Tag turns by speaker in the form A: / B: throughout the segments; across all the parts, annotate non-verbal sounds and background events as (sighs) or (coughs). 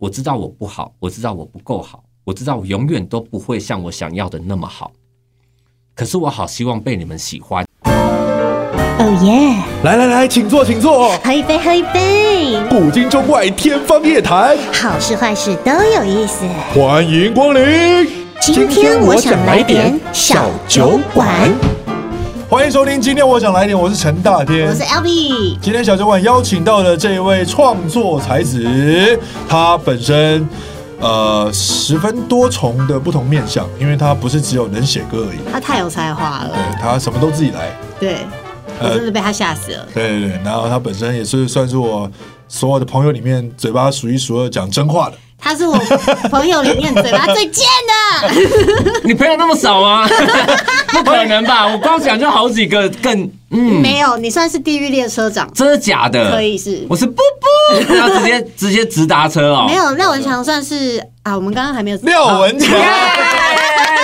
A: 我知道我不好，我知道我不够好，我知道我永远都不会像我想要的那么好。可是我好希望被你们喜欢。
B: 哦耶！
C: 来来来，请坐，请坐。
B: 喝一杯，喝一杯，
C: 古今中外，天方夜谭，
B: 好事坏事都有意思。
C: 欢迎光临。
B: 今天我想来点小酒馆。
C: 欢迎收听，今天我想来点，我是陈大天，
B: 我是 L B，
C: 今天小酒馆邀请到的这一位创作才子，他本身呃十分多重的不同面向，因为他不是只有能写歌而已，
B: 他太有才华了，
C: 对他什么都自己来，
B: 对我
C: 呃
B: 真的被他吓死了。
C: 对对对，然后他本身也是算是我所有的朋友里面嘴巴数一数二讲真话的，
B: 他是我朋友里面嘴巴最贱的，
A: 你朋友那么少吗？ (laughs) 不可能吧！我光想就好几个更，嗯，
B: (laughs) 没有，你算是地狱列车长，
A: 真的假
C: 嗯
A: 的？
B: 可以是
A: 我是布布，要直接直接直达车哦。
B: 没有，那我想算是啊，我们刚刚还没有
C: 廖文强
A: 耶。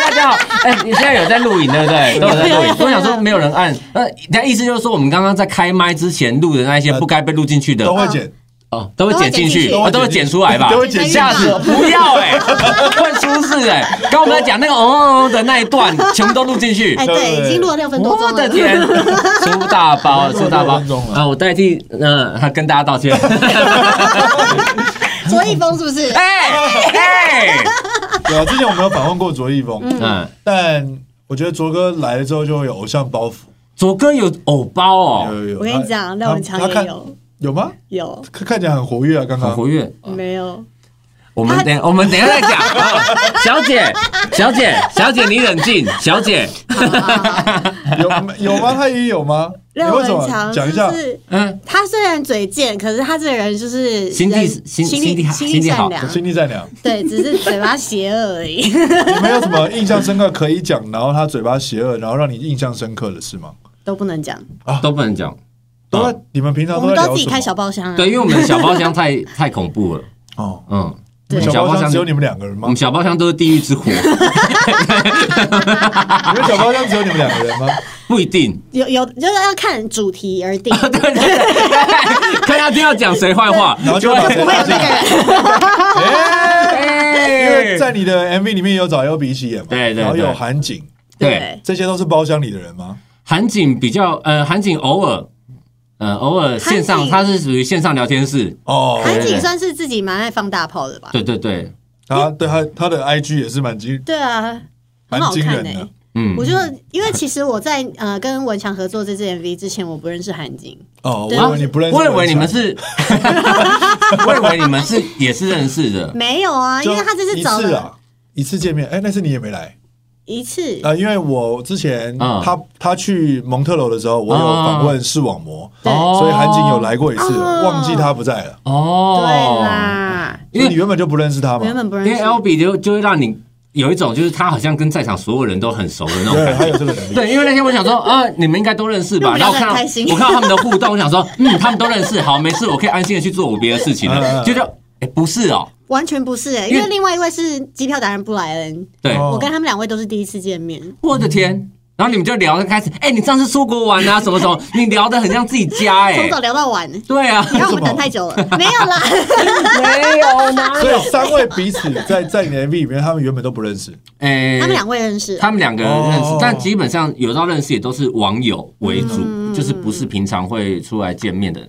A: 大家好，哎、你现在有在录影对不对？都有在录影。我想说没有人按，那那意思就是说我们刚刚在开麦之前录的那一些不该被录进去的
C: 呃都会剪，
A: 哦，都会剪进去，
B: 都
A: 哦都会
C: 会剪进去
A: 剪出来吧？
C: (laughs) 都会剪进去
A: 吓死我！不要哎，会出事哎！刚刚我们在讲那个哦哦哦的那一段，全部都录进去
B: 哎，。
C: 对
B: 对，
C: 对
B: 已经录了六分多
A: 我
B: 钟
A: 的
B: 了。
A: 天，
B: (laughs)
A: 出大包，出大包
C: 录了六分钟！了
A: 啊，我代替嗯，他跟大家道
C: (laughs)
A: 歉。
B: 卓一峰是不是？
A: 哎哎，
C: (laughs) 对啊，之前我们有访问过卓一峰，
A: 嗯，
C: 但我觉得卓哥来了之后就会有偶像包袱，
A: 左哥有偶包哦，
C: 有有有
B: 我跟你讲，廖文强
C: 他
B: 也
C: 看
B: 有，
C: 有吗？
B: 有
C: 看看起来很活跃啊，刚
A: 很
C: 刚
A: 活跃。
B: 没有？
A: 我们等我们等一下再
B: (laughs)
A: 讲。啊小姐，小姐，小姐，你冷静，小
C: (laughs)
A: 姐。
C: 有有吗？他也
B: (laughs)
C: 有吗？ (laughs) 你
B: 廖
C: 为
B: 文
C: 什么
B: 强
C: 讲一下
B: 就？是
A: 嗯，
B: 他虽然嘴贱，可是他这个人就是
A: 心地
B: 人
A: 心心
B: 心
A: 地好心
B: 心
A: 地
B: 地
A: 好
B: 善良，
C: 心地善良，
B: 对，只是嘴巴邪恶而已。 (laughs)
C: 你们有什么印象深刻可以讲？然后他嘴巴邪恶，然后让你印象深刻的事
A: 嗯
C: 吗？
B: 都不能讲，
A: 都不能讲。
C: 对啊
A: 嗯，
C: 你们平常
B: 我
C: 都
B: 们
C: 在
B: 都
C: 聊
B: 自己
C: 什
B: 开小
C: 么？
B: 包厢啊。
A: 对，因为我们的小包厢太太恐怖了。
C: 哦，
A: 嗯，
C: 你们
B: 对
C: 小包厢只有
A: 我
C: 你们两个人
A: (laughs)
C: 吗
A: 们？小包厢都是地狱之火，
C: 你们小包厢只有你们两个人吗？
A: 不一定。
B: 有有就是要看主题而定，
A: 对对对， (laughs) 看他听到讲谁坏话，
C: 然后就把谁
B: 不会
C: 拉
B: 有
C: 进
B: 那个
C: 来？
B: 人。
A: (laughs)
C: 因为
A: 哎
C: 哎在你的 MV 里面有找 L B 一起演嘛，
A: 对对对
C: 然后有韩景，
A: 对，
B: 对，
C: 这些都是包厢里的人吗？
A: 韩景比较呃，韩景偶尔呃偶尔线上，
B: 韩景
A: 他是属于线上聊天室。
C: 哦，
B: 韩
A: 对对
B: 景算是自己蛮爱放大炮的吧？
A: 对对对，
C: 他对他他的 IG 也是蛮惊
B: 对啊，很
C: 蛮
B: 好
C: 惊
B: 看
C: 人
B: 诶
C: 的。。
A: 嗯
B: 我，就因为其实我在呃跟文强合作这支 MV 之前，我不认识韩景，
C: 哦，我
B: 对啊
C: 以为你不认识
A: 我以
C: 文强，
A: 为你们是， (laughs) 我以为你们是也是认识的。
B: 没有啊，因为
C: 就
B: 他这次
C: 一
B: 找
C: 次
B: 了
C: 啊，一次见面，哎，那次你也没来
B: 一次，
A: 哦
C: 啊，因为我之前
A: 嗯
C: 他他去蒙特楼的时候，我有访问视网膜，
B: 对
A: 哦
C: 所以韩景有来过一次，
B: 哦
C: 忘记他不在了。
A: 哦，
B: 对啦，
A: 因
C: 因
A: 为
C: 为你原本就不认识他嘛，
B: 原本不认
A: 因为
B: 识。
A: L B 就就会让你有一种就是他好像跟在场所有人都很熟的那种
C: 对，
A: 感觉。
C: 他有这个能力。
A: (laughs) 对，因为那天我想说，啊，你们应该都认识吧？
B: 那
A: 然
B: 我
A: 后
B: 们
A: 看到
B: 聊得很开心
A: 我看到他们的互动，我想说，嗯，他们都认识，好，没事，我可以安心的去做我别的事情
C: 嗯
A: 了。
C: 嗯
A: 就就，哎，不是哦，
B: 完全不是哎、
A: 因为
B: 因为另外一位是机票达人布莱恩，
A: 对，
C: 哦
B: 我跟他们两位都是第一次见面。
A: 我的天！然后你们就聊得开始，哎，你上次出国玩啊，什么什
B: (laughs)
A: 么，你聊得很像自己家，哎
B: 从，早聊到晚，你
A: 对啊，
B: 让我们等太久了。 (laughs) 没有
A: (laughs)
B: 啦，
A: 没有呢，
C: 所以三位彼此在在你的 MV 里面，他们原本都不认识。
A: (laughs) 哎，
B: 他们两位认识，
A: 他们两个人认识
C: 哦，
A: 但基本上有到认识也都是网友为主，
B: 嗯
A: 就是不是平常会出来见面的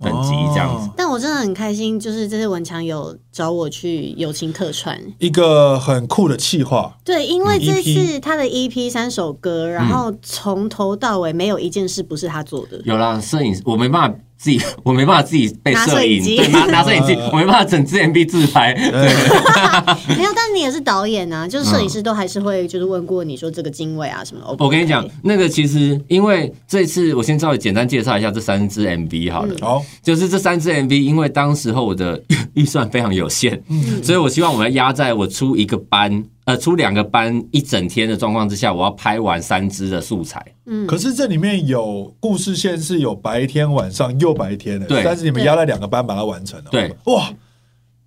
A: 等级
C: 哦
A: 这样子。
B: 但我真的很开心，就是这次文强有找我去友情客串。
C: 一个很酷的企划，
B: 对，因为
A: 嗯，E
B: 这
C: EP
B: 次他的 EP 三首歌，然后从头到尾没有一件事不是他做的。
A: 有啦，摄影我没办法自己， (laughs) 我没办法自己被
B: 拿
A: 摄
B: 摄
A: 影，
B: 影机
A: 对，拿拿摄影机
C: 嗯，
A: 我没办法整支 MV 自拍。对，嗯
B: (laughs) 没有，但你也是导演啊，就是摄影师都还是会就是问过你说这个经纬啊什么。
A: 我跟你讲，，那个其实因为这次我先稍微简单介绍一下这三支 MV 好了。
C: 好，
A: 就是这三支 MV，因为当时候我的 (laughs) 预算非常有限，所以我希望我要压在我出一个班，呃，出两个班一整天的状况之下，我要拍完三支的素材。
C: 可是这里面有故事线是有白天、晚上又白天的，
A: 对
C: 但是你们压在两个班把它完成了，
A: 对，
C: 哇，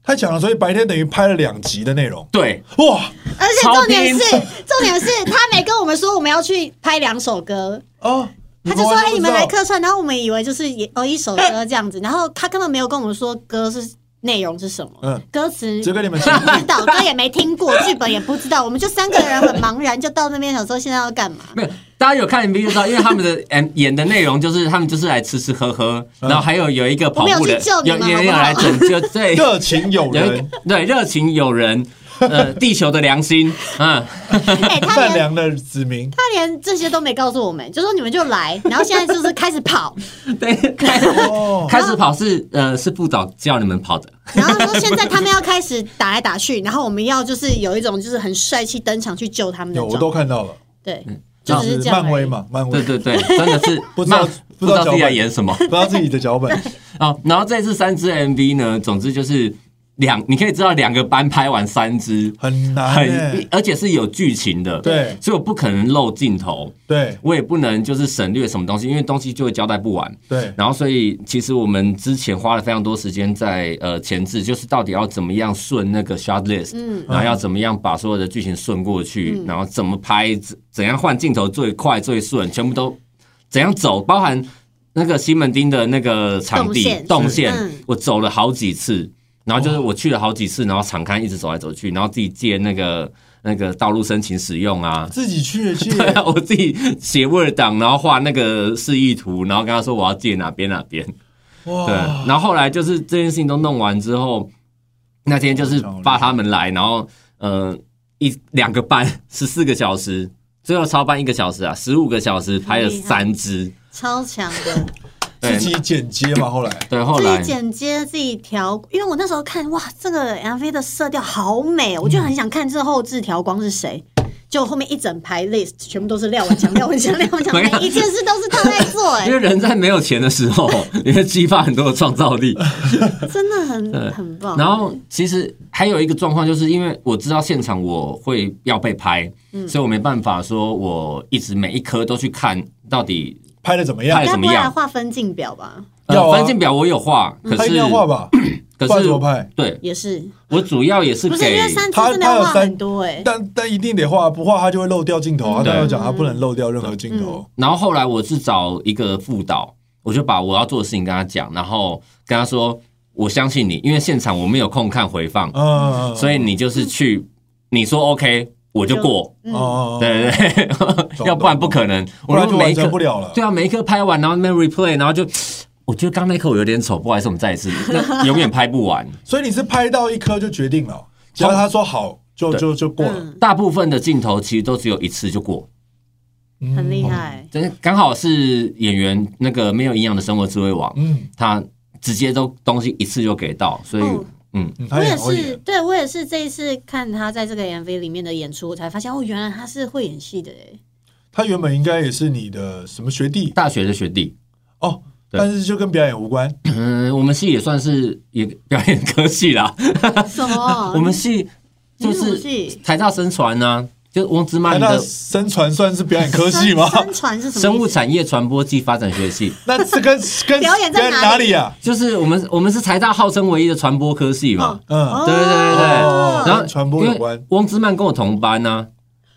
C: 太强了！所以白天等于拍了两集的内容，
A: 对，
C: 哇，
B: 而且
A: 超
B: 重点
A: 拼 (laughs)
B: 是，重点是他没跟我们说我们要去拍两首歌，
C: 哦，
B: 他就说：“哎、
C: 完全不
B: 你
C: 知
B: 们
C: 道 (laughs)
B: 来客串。”然后我们以为就是也哦一首歌这样子，然后他根本没有跟我们说歌是内容是什么，
C: 嗯
B: 歌词
C: 只给你们
B: 不知道，歌也没听过，剧本也不知道，我们就三个人很茫然，就到那边想说现在要
C: (laughs)
B: 干嘛。
A: 没有，大家有看 (laughs) MV 就知道，因为他们的演演的内容就是他们就是来吃吃喝喝，
C: 嗯
A: 然后还有有一个跑
B: 我
A: 步
B: 没有
A: 的
B: 去救，你
A: 有
B: 们
A: 有有
B: 好不好
A: 来拯救，
C: (laughs)
A: 对，
C: 热情友
A: 有一个
C: 人，
A: (laughs) 对热情友人，呃，地球的良心， (laughs) 嗯，
B: 哎、他
C: 善
B: 连
C: 良的子民。
B: 他连这些都没告诉我们，就说你们就来，然后现在就是开始跑，
A: 对，开
C: 哦，
A: 开始跑是呃是部长叫你们跑的，
B: 然后说现在他们要开始打来打去，然后我们要就是有一种就是很帅气登场去救他们的
C: 有
B: 状
C: 我
B: 态，
C: 都嗯看到了，
B: 对，就
C: 就
B: 只是
C: 是
B: 这样而已
C: 漫威，嘛，漫
A: 对
C: 威
A: 对对，真的是
C: 哦 (laughs) 不知道
A: 慢不
C: 不知
A: 知
C: 道
A: 道自己
C: 脚
A: 在
C: 本
A: 演什么。
C: 不知道自己的脚本，
A: 哦，然后这次三支 MV 呢，总之就是两，你可以知道两个班拍完三支，
C: 很
A: (laughs)
C: 难
A: 很
C: 欸。
A: 而且是有剧情的，
C: 对
A: 所以我不可能漏镜头，
C: 对
A: 我也不能就是省略什么东西，因为东西就会交代不完。
C: 对，
A: 然后，所以其实我们之前花了非常多时间在呃前置，就是到底要怎么样顺那个 shot list，
B: 嗯
A: 然后要怎么样把所有的剧情顺过去，然后怎么拍，怎怎样换镜头最快最顺，全部都怎样走，包含那个西门町的那个场地
B: 动线
A: 动线，
B: 嗯
A: 我走了好几次，然后就是我去了好几次，然后场刊一直走来走去，然后自己借那个那个道路申请使用啊，
C: 自己去去，
A: (laughs) 对啊，我自己写 Word 档，然后画那个示意图，然后跟他说我要借哪边哪边。对，
C: 哇，
A: 然后后来就是这件事情都弄完之后，那天就是发他们来，然后呃一两个班十四个小时，最后超班一个小时啊，十五个小时拍了
B: 厉害
A: 三支。
B: 超强的，
A: 对
C: 自己剪接嘛，后来
A: 对，后
B: 自
A: 来
B: 己剪接自己调，因为我那时候看哇，这个 MV 的色调好美哦，我
A: 嗯
B: 就很想看这后置调光是谁。就后面一整排 list 全部都是廖文强、廖 (laughs) 文强、廖文
A: (laughs)
B: 强，
A: 没有
B: 每一件事都是他在
A: (laughs)
B: 做、
A: 因
B: 哎，
A: 为人在没有钱的时候， (laughs) 你会激发很多的创造力。
B: 欸真的很
A: 对
B: 很棒。
A: 然后其实还有一个状况，就是因为我知道现场我会要被拍，
B: 嗯
A: 所以我没办法说我一直每一颗都去看到底。
C: 拍的怎么样
A: 拍？
B: 该
A: 怎
B: 不
A: 么
B: 会
A: 样
B: 来画分镜表吧？
C: 要
A: 呃，
C: 啊
A: 分镜表我有画，可
C: 他应
A: 是
C: 该画吧，
A: 可
C: 不然
A: 是
C: 怎么拍？
A: 对
B: 也是，
A: 我主要也是
B: 不是因
A: 给
B: 为三次
C: 他
B: 真的要
C: 他有
B: 画
C: 三
B: 很多哎、
C: 但但一定得画，不画他就会漏掉镜头。啊他
A: 对
C: 刚刚有讲他不能漏掉任何镜头，
A: 然后后来我是找一个副导，我就把我要做的事情跟他讲，然后跟他说我相信你，因为现场我没有空看回放，
C: 嗯，
A: 所以你就是去你说 OK 我就过，
B: 嗯，
C: 哦，
A: 对对对，(laughs)
C: 懂
A: 要不然不可能，
C: 不然
A: 如果
C: 就
A: 每
C: 完
A: 一
C: 成不
A: 颗
C: 了了。
A: 对啊，每一颗拍完然后那边 replay，然后就我觉得刚那颗我有点丑，不好意思，我们再一次， (laughs) 那永远拍不完。
C: 所以你是拍到一颗就决定了，只要他说好，就
A: 对
C: 就就过了。
B: 嗯，
A: 大部分的镜头其实都只有一次就过，
C: 嗯
B: 很厉，害，
A: 真的刚好是演员那个没有营养的生活智慧网。
C: 嗯，
A: 他直接都东西一次就给到，所以、
B: 哦
A: 嗯，
C: 嗯他
B: 我也
C: 很会演
B: 是，对我也是这一次看他在这个 MV 里面的演出，我才发现哦，原来他是会演戏
A: (laughs)
B: 的哎，
C: 他原本应该也是你的什么学弟
A: 大学的学弟，
C: 哦，
A: 对
C: 但是就跟表演无关。
A: 嗯，我们系也算是也表演科系啦，
B: 什
C: 哦
B: 么？
A: 我们系就
B: 你什么
A: 是
B: 系
A: 台大生传啊，就是翁之
C: 哎
A: 曼
C: 那
A: 的
C: 生传算是表演科系吗？
B: 生传是什么意思？
A: 生物产业传播暨发展学系，
C: (laughs) 那这跟跟
B: (laughs) 表演在
C: 跟
B: 哪里
C: 里啊？
A: 就是我们我们是台大号称唯一的传播科系嘛，
C: 嗯，
A: 对对对对，
C: 哦
A: 然后
C: 跟传播有关
A: 因为翁之曼跟我同班啊，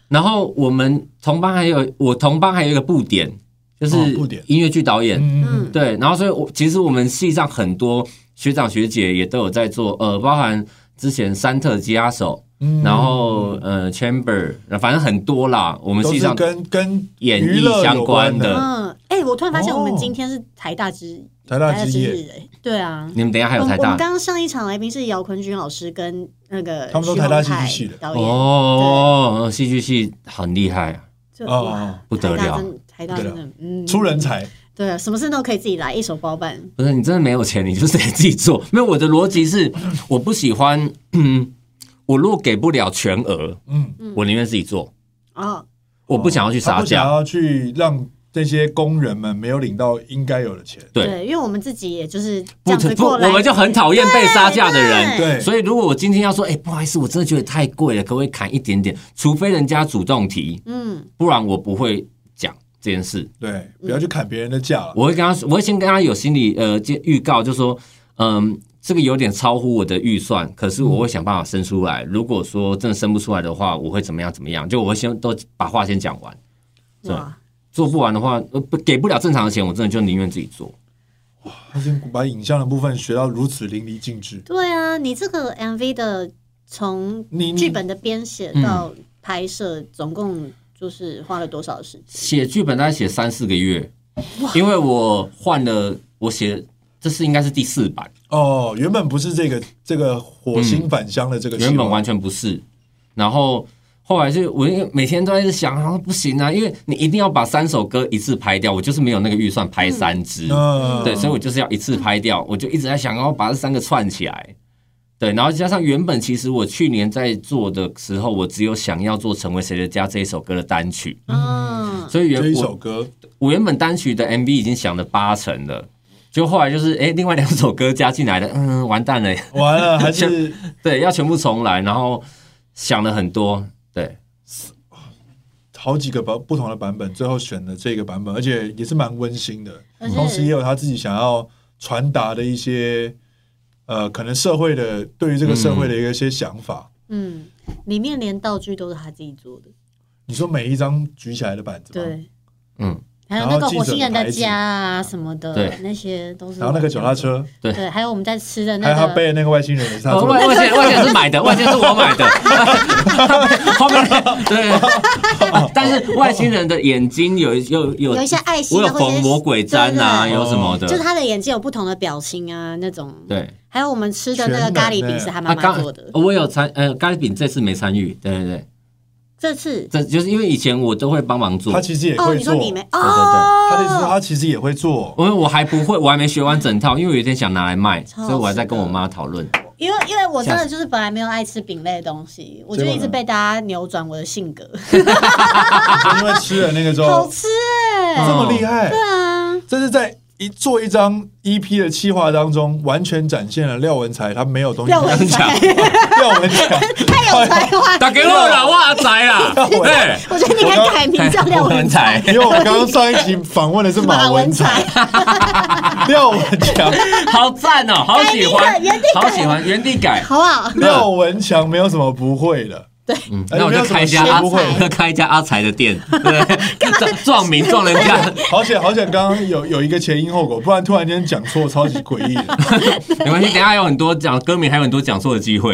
A: 然后我们同班还有我同班还有一个部点，就
C: 哦
A: 是
C: 部点
A: 音乐剧导演，
C: 嗯，
B: 嗯，
A: 对，然后所以我其实我们系上很多学长学姐也都有在做，呃，包含之前三特吉他手，
C: 嗯
A: 然后呃 chamber，反正很多啦，我们
C: 都
A: 系
C: 是
A: 上
C: 跟跟
A: 演
C: 娱
A: 艺
C: 乐
A: 相
C: 有
A: 关
C: 的
A: 的。
B: 嗯，哎、我突然发现
C: 哦
B: 我们今天是台大之
C: 台大之夜
B: 日哎，对啊。
A: 你们等一下还有
B: 我
A: 台
B: 们我们
A: 大
B: 刚刚上一场来宾是姚坤君老师跟那个
C: 他们都
B: 徐
C: 台
B: 宏
C: 大戏剧
B: 凯
C: 系的
B: 导演，
A: 哦，戏剧系很厉害，
B: 就
C: 哦
B: 哇
A: 不得
B: 台大
A: 了
B: 真台大真的嗯
C: 出人才，
B: 对啊，什么事都可以自己来，一手包办。
A: 不是你真的没有钱，你就是得自己做。 (laughs) 没有，我的逻辑是，我不喜欢， (clears throat) 嗯，我如果给不了全额，
C: 嗯，啊
A: 我宁愿自己做，
B: 哦，
A: 我不想要去
C: 他
A: 杀
C: 不想
A: 价。
C: 要去让这些工人们没有领到应该有的钱。
A: 对
B: 因为我们自己也就是这
A: 不
B: 样子
A: 不，
B: 过来，
A: 我们就很讨厌被杀价的人。
B: 对
C: 对，
A: 所以如果我今天要说，哎、不好意思，我真的觉得太贵了，可不可以砍一点点？除非人家主动提，
B: 嗯，
A: 不然我不会讲这件事。
C: 对，不要去砍别人的价了。
A: 我会跟他，我会先跟他有心理呃这预告，就说，嗯，这个有点超乎我的预算，可是我会想办法生出来。如果说真的生不出来的话，我会怎么样怎么样？就我会先都把话先讲完，对
B: 哇，
A: 做不完的话，呃，不给不了正常的钱，我真的就宁愿自己做。
C: 他已经把影像的部分学到如此淋漓尽致。
B: 对啊，你这个 MV 的从
C: 你你
B: 剧本的编写到拍摄，总共就是花了多少时间？
A: 写剧本大概写三四个月，因为我换了，我写这是应该是第四版，
C: 哦，原本不是这个这个火星返乡的这个计
A: 嗯
C: 划
A: 原本完全不是。然后后来就我因为每天都在想，啊不行啊，因为你一定要把三首歌一次拍掉，我就是没有那个预算拍三支，
C: 嗯
A: 对，所以我就是要一次拍掉，我就一直在想，然后把这三个串起来。对，然后加上原本其实我去年在做的时候，我只有想要做《成为谁的家》这一首歌的单曲，
B: 嗯，
A: 所以原
C: 这一
A: 我
C: 首歌
A: 我原本单曲的 MV 已经想了八成了，就后来就是哎、诶另外两首歌加进来的，嗯，完蛋了，
C: 完了，
A: (laughs)
C: 还是
A: 对，要全部重来，然后想了很多，对，
C: 好几个版不同的版本，最后选了这个版本，而且也是蛮温馨的，
B: 而且
C: 同时也有他自己想要传达的一些呃，可能社会的对于这个社会的一个一些想法。
B: 嗯，里面连道具都是他自己做的，
C: 你说每一张举起来的板子吗？
B: 对，
A: 嗯，
B: 还有那
C: 然后
B: 个
C: 记
B: 火
C: 者
B: 星人
C: 的
B: 的
C: 牌子
B: 家啊什么的
A: 对，
B: 那些都是。
C: 然后那个脚踏，车，
A: 对
B: 对，还有我们在吃的
C: 还有
B: 那
C: 他
B: 个
C: 背的那个外星人的刹
A: 呃
C: 车，
A: 外外线外线 (laughs) 是买的，外线是我 (laughs) 买的，后面对， (laughs) 但是外星人的眼睛有有有
B: 有一些爱心
A: 我
B: 啊，
A: 有
B: 或者
A: 缝
B: 是
A: 魔鬼粘啊，
B: 对对
A: 有什么的，
B: 就是他的眼睛有不同的表情啊，那种。
A: 对，
B: 还有我们吃的那个
C: 全能
B: 咖喱饼
C: 欸
B: 是他妈
A: 啊
B: 妈
A: 刚
B: 做的，
A: 我有参呃咖喱饼这次没参与，对对对，
B: 这次
A: 这就是因为以前我都会帮忙做
C: 他，其实也
B: 哦，
C: 会
B: 你说
C: 做。
B: 你没
A: 对对
B: 哦，
C: 他的意思是他其实也
B: (laughs)
C: 会做，
A: 因为我还不会，我还没学完整套，因为我有点想拿来卖，
B: 超好
A: 所以我还在跟我妈讨论。
B: 因为因为我真的就是本来没有爱吃饼类的东西，我就一直被大家扭转我的性格，
C: 因为吃了那个之
B: 好
C: 后
B: 吃哎、
C: 这么厉害，
B: 对啊，
C: 这是在一做一张 EP 的企划当中，完全展现了廖文才他没有东西
B: 廖文才
C: 廖文才，
B: 太有才
A: (laughs)
B: 华，
A: 打给我
B: (laughs)
A: 啦，哇塞啦，对，
B: 我觉得你该改名叫廖文才，
A: 才，
C: (laughs) 因为我刚刚上一集访问的是马文才，
B: 才，
C: 廖文 (laughs) 强，
A: 好赞哦，好喜
B: 改
A: 欢
B: 名了原地，改
A: 好喜欢，原地改。
B: 好不好？
C: 廖文强没有什么不会的，
A: 嗯，那我就开一家
C: 哎
A: 阿
C: 没有什么
B: 学不
A: 才，开一家阿才的
C: (laughs)
A: 店，对，撞撞名撞人家，
C: 好险好险，刚刚有有一个前因后果，不然突然间讲错，超级诡异 (laughs) 的。
A: 没关系，等一下还有很多讲歌名，还有很多讲错的机
C: (laughs)
A: 会。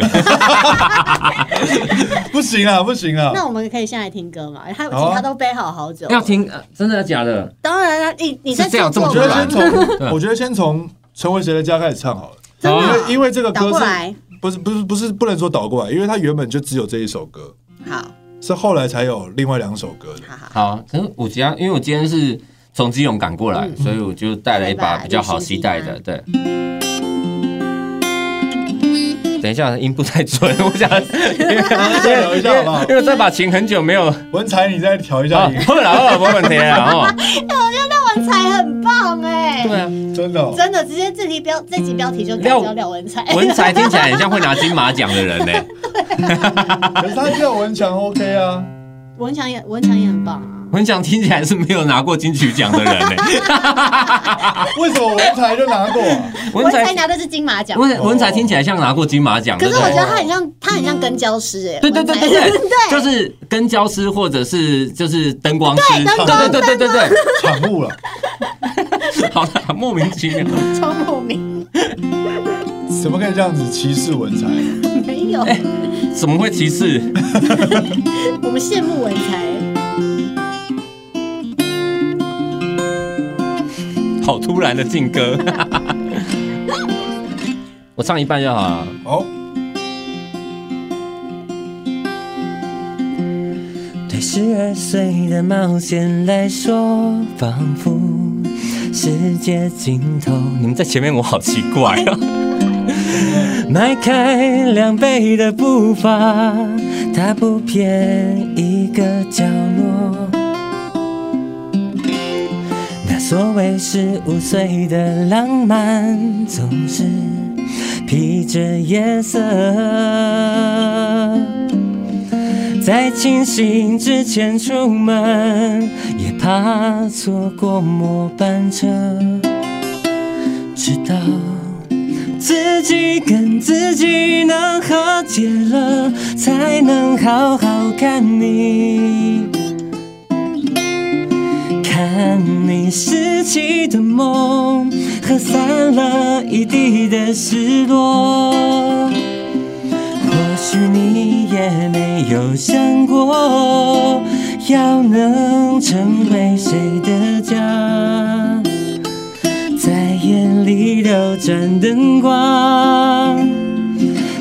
C: 不行啊，不行啊！
B: 那我们可以现在听歌嘛？他吉
C: 好啊
B: 他都背好好久，
A: 要听，呃真的假的？
B: 当然啊，你你在
A: 是这样
B: 制
C: 我
B: 作
C: 觉得
A: 这么
B: 吗
C: 先
A: 突对
C: 从，我觉得先从成为谁的家开始唱好了，
B: 真
A: 好
B: 的
C: 哦因为因为这个
B: 倒
C: 歌
B: 过
C: 是
B: 来，
C: 不是不是不是不能说倒过来，因为它原本就只有这一首歌，
B: 好
C: 是后来才有另外两首歌的。
B: 好好，
A: 好，可是我今天因为我今天是从基隆赶过
B: 嗯
A: 来，所以我就带了一把比较好携带的。对，等一下音不太准，我想因
C: (laughs)
A: 为
C: 再聊一下好不好
A: 因为这把琴很久没有
C: 文才，你再调一下
A: 啊
C: 音，，
A: 后来后来没问题啊
B: (laughs)
A: 哦，
B: 文才很棒哎、
A: 对啊，
C: 真的哦。
B: 真的，直接这题标这集标题就改
A: 廖
B: 叫廖文才，
A: (laughs) 文才听起来很像会拿金马奖的人呢。
C: 可是他叫文强 OK 啊，
B: (laughs) 文强也文强也很棒啊。
A: 文强听起来是没有拿过金曲奖的
B: (laughs)
A: 人呢。
C: 为什么文才就拿过 (laughs) 啊？
A: 文
B: 文才
A: 才
B: 拿的是金马奖，
A: 文文才听起来像拿过金马奖，
B: 可
A: 对
B: 是
A: 不
B: 我
A: 对
B: 觉？得他很像，他很像跟教师哎、
A: 嗯对对对对
B: 文 (laughs) 才
A: 对，就是跟焦师或者是就是灯光师，
B: 对灯光
A: 对对对对对
C: 产物了，
A: 对，好啦，莫名其妙。
B: 超莫名，
C: 怎么可以这样子歧视文才？
B: 没有，
A: 哎怎么会歧视？
B: 我们羡慕文才。
A: 好突然的劲歌。我唱一半就好了。
C: 好，
D: 对十二岁的冒险来说，仿佛世界尽头。
A: 你们在前面，我好奇怪啊。
D: 迈开两倍的步伐，踏步偏一个角落。那所谓十五岁的浪漫，总是披着夜色。在清醒之前出门，也怕错过末班车。直到自己跟自己能和解了，才能好好看你。看看你拾起的梦和散了一地的失落。或许你也没有想过，要能成为谁的家，在眼里流转灯光，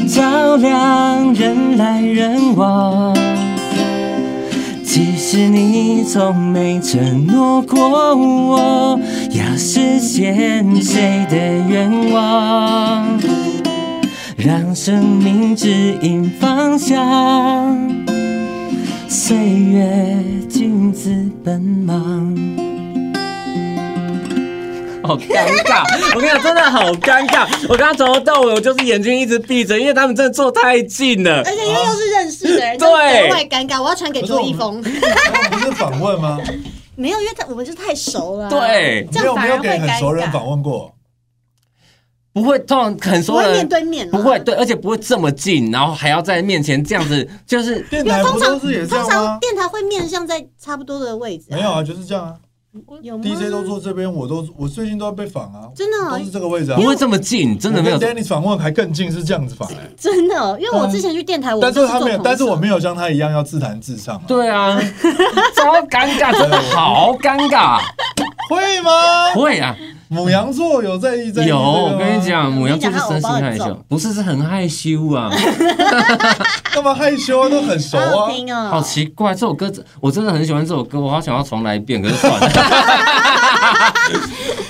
D: 照亮人来人往。其实你从没承诺过我，要实现谁的愿望。让生命指引方向，岁月径自奔忙。
A: 好尴尬，我跟你讲，真的好尴尬。我刚刚从头到尾，我就是眼睛一直闭着，因为他们真的坐太近了
B: 而。且因为又是认识的人，
A: 哦对
B: 就格外尴尬。我要传给卓一峰，
C: 我们不是访问吗？
B: 没有，因为他我们就太熟了。，啊
A: 对，
B: (laughs) 这
C: 没有
B: 样反而
C: 没有给
B: 会
C: 很
B: 尴
C: 熟人
B: 尬，
C: 访问过，
A: 不会，通常很
B: 不
A: 熟
B: 会
A: 人
B: 面对面，
A: 不会，。对，而且不会这么近，然后还要在面前这样子，就是
C: 电
B: 因为
C: 台
B: 通
C: 不
B: 常
C: 都是也这样
B: 通
C: 吗
B: 常？电台会面向在差不多的位置、
C: 没有，啊，就是这样啊。
B: 有吗
C: DJ 都坐这边，我都我最近都要被访啊，
B: 真的哦
C: 都是这个位置啊
A: 不。会这么近，真的没有
C: 我。跟 Dennis 访问还更近，是这样子访欸。
B: 真的哦，因为我之前去电台，我
C: 但
B: 们就是是
C: 他
B: 做
C: 没有，
B: 同
C: 但是我
B: 事啊
C: 没有像他一样要自弹自唱啊。，
A: 对啊，超尴尬，真的好尴尬。
C: 会吗？
A: 会啊，
C: 母羊座有在意在意
A: 有，
C: 这个吗
A: 我跟你，讲，母羊座是生性
B: 我跟
A: 害
B: 你讲他偶包很
A: 羞
B: 重，
A: 不是是很害羞啊，
C: 干嘛害羞啊？都很熟
B: 好
C: 啊
B: 好。听哦，
A: 好奇怪。这首歌真我真的很喜欢这首歌，我好想要重来一遍，可是算
B: (laughs)
A: 了。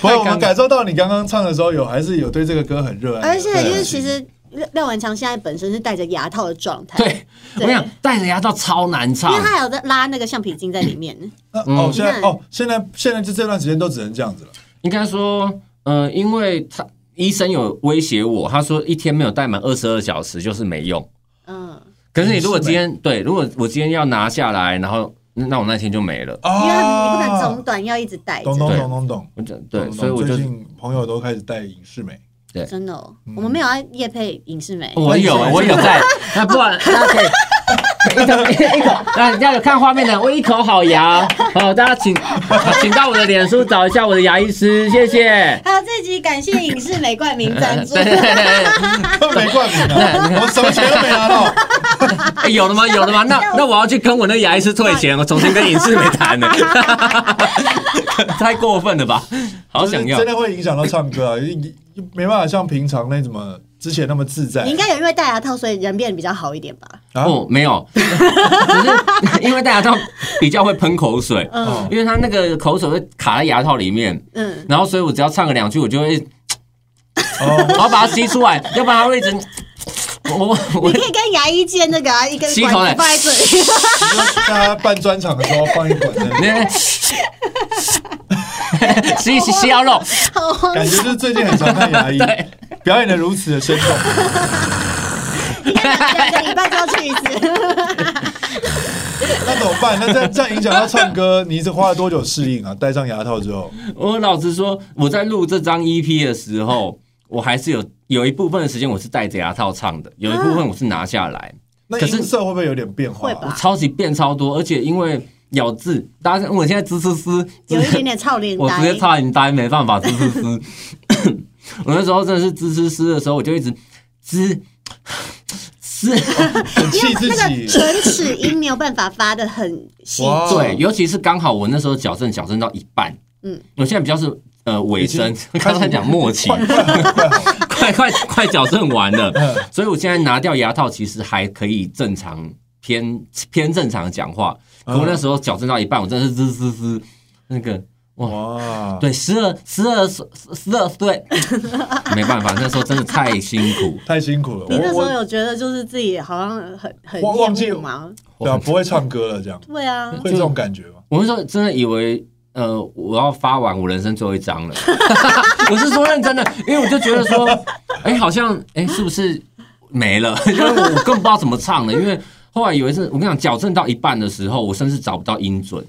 C: 不
A: 太尴
C: 是，
A: 尬
C: 我们感受到你刚刚唱的时候，有还是有对这个歌很热爱。
B: 而且因为其实廖廖文强现在本身是戴着牙套的状态，，
A: 对，我
B: 对
A: 跟你讲，戴着牙套超难唱
B: 因为。他还有在拉那个橡皮筋在
A: (laughs)
B: 里面，
C: 那
A: 嗯
C: 哦，现在
B: 你看
C: 哦，现在现在就这段时间都只能这样子了。
A: 应该说，呃，因为他医生有威胁我，他说一天没有戴满二十二小时就是没用。
B: 嗯，
A: 可是你如果今天对，如果我今天要拿下来，然后那我那天就没了。
B: 因为他你不能
C: 啊，
B: 中断，要一直戴
C: 懂
B: 着，
C: 懂
A: 对
C: 懂懂懂。
A: 我就对，
C: 懂
A: 所以我就
C: 最近朋友都开始戴影视美， (laughs)
B: 真的哦
C: 嗯，
B: 我们没有要夜配影视美，
A: 我有我有
C: (laughs)
A: 在，那不然大家可以。一口一口，那人家有看画面的，我一口好牙。好，大家请请到我的脸书找一下我的牙医师，谢谢。
B: 还有这集感谢影视美冠名赞助
A: 对，
B: (laughs)
A: 对对 (laughs) 对
C: 没
A: (laughs)
C: 冠名啊，我什么钱都没拿到。
A: 对，哎有了吗？有了吗？那那我要去跟我那个牙医师退钱，我重新跟影视没谈呢，太过分了吧？好
C: 就是
A: 想要
C: (laughs) 真，的会影响到唱歌啊，一一没办法像平常那怎么之前那么自在。
B: 你应该有因为戴牙套，所以人变得比较好一点吧？
C: 啊，
A: 哦，没有，只是因为戴牙套比较会喷口水，
C: 哦
A: 因为它那个口水会卡在牙套里面，
B: 嗯，
A: 然后所以我只要唱个两句，我就会，
C: 哦，
A: 然后把它吸出来，要不然它会一直，我我 (laughs)
B: 你可以跟牙医借那个啊，一根
A: 吸
B: 管
A: 口
B: 子
A: 奶
B: 放在
A: (laughs)
B: 这里，
C: 大家办专场的时候放一管在那边，
A: 那吸吸吸腰肉，
B: (laughs) 好哦荒
C: 感觉就是最近很常看
A: (laughs)
C: 牙医，表演的如此的生动。
B: 两个礼拜就要去一
A: (laughs)
B: 次。
C: 那怎么办？那这样这样影响到唱歌，你这花了多久适应啊？戴上牙套之后，
A: 我老实说，我在录这张 EP 的时候，我还是有有一部分的时间我是戴着牙套唱的，有一部分我是拿下来，
C: 那
A: 可是
C: 音色会不会有点变化？
B: 会吧
A: 超级变超多，而且因为咬字，大家我现在吱吱吱，
B: 有一点点操练
A: 我直接
B: 呆，
A: 差点呆，没办法，吱吱吱。 (coughs) 我那时候真的是吱吱吱的时候，我就一直 (sighs) 吱吱，
C: 很气自
B: 那
C: 己
B: 个。唇齿音没有办法发的很细。
C: 哇哦
A: 对，尤其是刚好我那时候矫正矫正到一半，嗯
B: 嗯，
A: 我现在比较是呃尾声
C: 已，
A: (laughs) 刚才讲末期， (laughs) 快快快矫正完了，所以我现在拿掉牙套，其实还可以正常偏偏正常讲话。可我那时候矫正到一半，我真的是吱吱吱，那个
C: 哇，
A: 对，十二十二十二岁，没办法，那时候真的太辛苦。
C: 太辛苦了。
B: 你那时
C: 我
B: 候有觉得就是自己好像很很
C: 我忘记
B: 厌恶吗？
C: 我对啊，不会唱歌了，这样
B: 对啊，
C: 会这种感觉吗？
A: 我那时候真的以为，呃，我要发完我人生最后一章了。 (laughs) 我是说认真的，因为我就觉得说，哎、好像，哎、是不是没了？ (laughs) 因为我我更不知道怎么唱了。因为后来有一次，我跟你讲，矫正到一半的时候，我甚至找不到音准，